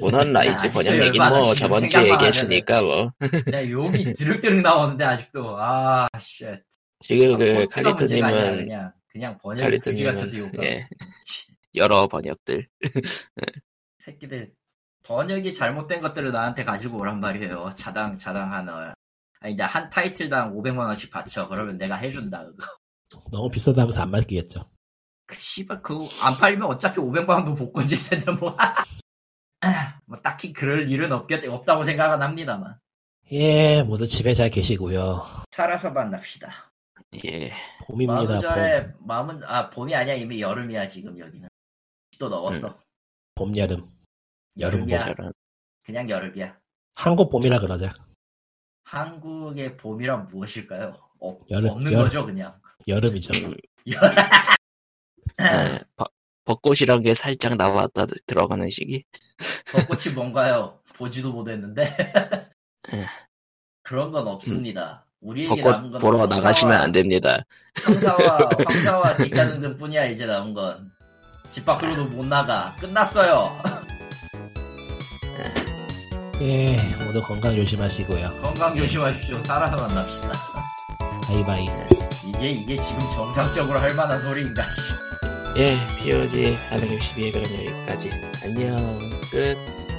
Speaker 1: 모난 라이즈
Speaker 2: 아직도
Speaker 1: 번역 얘기는
Speaker 2: 열받아.
Speaker 1: 뭐
Speaker 2: 지금
Speaker 1: 저번 주에
Speaker 2: 생각만
Speaker 1: 얘기했으니까 뭐 [LAUGHS]
Speaker 2: 내 욕이 드륵드륵 나오는데 아직도 아 쉣.
Speaker 1: 지금 그
Speaker 2: 폰트가 아, 문제가 아니라
Speaker 1: 카리토님은
Speaker 2: 그냥 그냥 번역이 그지 같아서
Speaker 1: 카리토님은
Speaker 2: 욕을.
Speaker 1: 예
Speaker 2: 치,
Speaker 1: 여러 번역들
Speaker 2: 새끼들 번역이 잘못된 것들을 나한테 가지고 오란 말이에요. 자당 자당 하나. 아니 나 한 타이틀당 500만 원씩 받쳐. 그러면 내가 해준다. 그거.
Speaker 3: [LAUGHS] 너무 비싸다 하면서 안 맡기겠죠.
Speaker 2: 그 씨발 그거 안 팔면 어차피 500만 원도 못 건질 텐데 뭐. [LAUGHS] 뭐 딱히 그럴 일은 없겠 없다고 생각은 합니다만
Speaker 3: 예, 모두 집에 잘 계시고요.
Speaker 2: 살아서 만납시다.
Speaker 1: 예
Speaker 3: 봄입니다.
Speaker 2: 마음
Speaker 3: 봄,
Speaker 2: 전에 마음은 아 봄이 아니야 이미 여름이야 지금 여기는 또 넣었어
Speaker 3: 봄, 여름. 여름
Speaker 2: 여름이야
Speaker 1: 저런
Speaker 2: 그냥 여름이야
Speaker 3: 한국 봄이라 그러자.
Speaker 2: 한국의 봄이란 무엇일까요? 없-
Speaker 3: 여름,
Speaker 2: 없는
Speaker 3: 여름.
Speaker 2: 거죠 그냥
Speaker 3: 여름이죠.
Speaker 1: 예, 버- 벚꽃이란 게 살짝 나왔다 들어가는 시기
Speaker 2: 벚꽃이 뭔가요? 보지도 못했는데 [LAUGHS]
Speaker 1: 예.
Speaker 2: 그런 건 없습니다 우리에게
Speaker 1: 벚꽃
Speaker 2: 남은 예, 건
Speaker 1: 보러 나가시면
Speaker 2: 황사와-
Speaker 1: 안 됩니다
Speaker 2: 황사와 황사와 뒷가는 등 뿐이야 이제 남은 건집 밖으로도 못 나가 끝났어요 [LAUGHS]
Speaker 3: 예, 모두 건강 조심하시고요.
Speaker 2: 건강 조심하십시오 살아서 만납시다
Speaker 3: 바이바이.
Speaker 2: 이게 이게 지금 정상적으로 할 만한 소리인가 씨.
Speaker 1: 예 POG 462회 그럼 여기까지 안녕 끝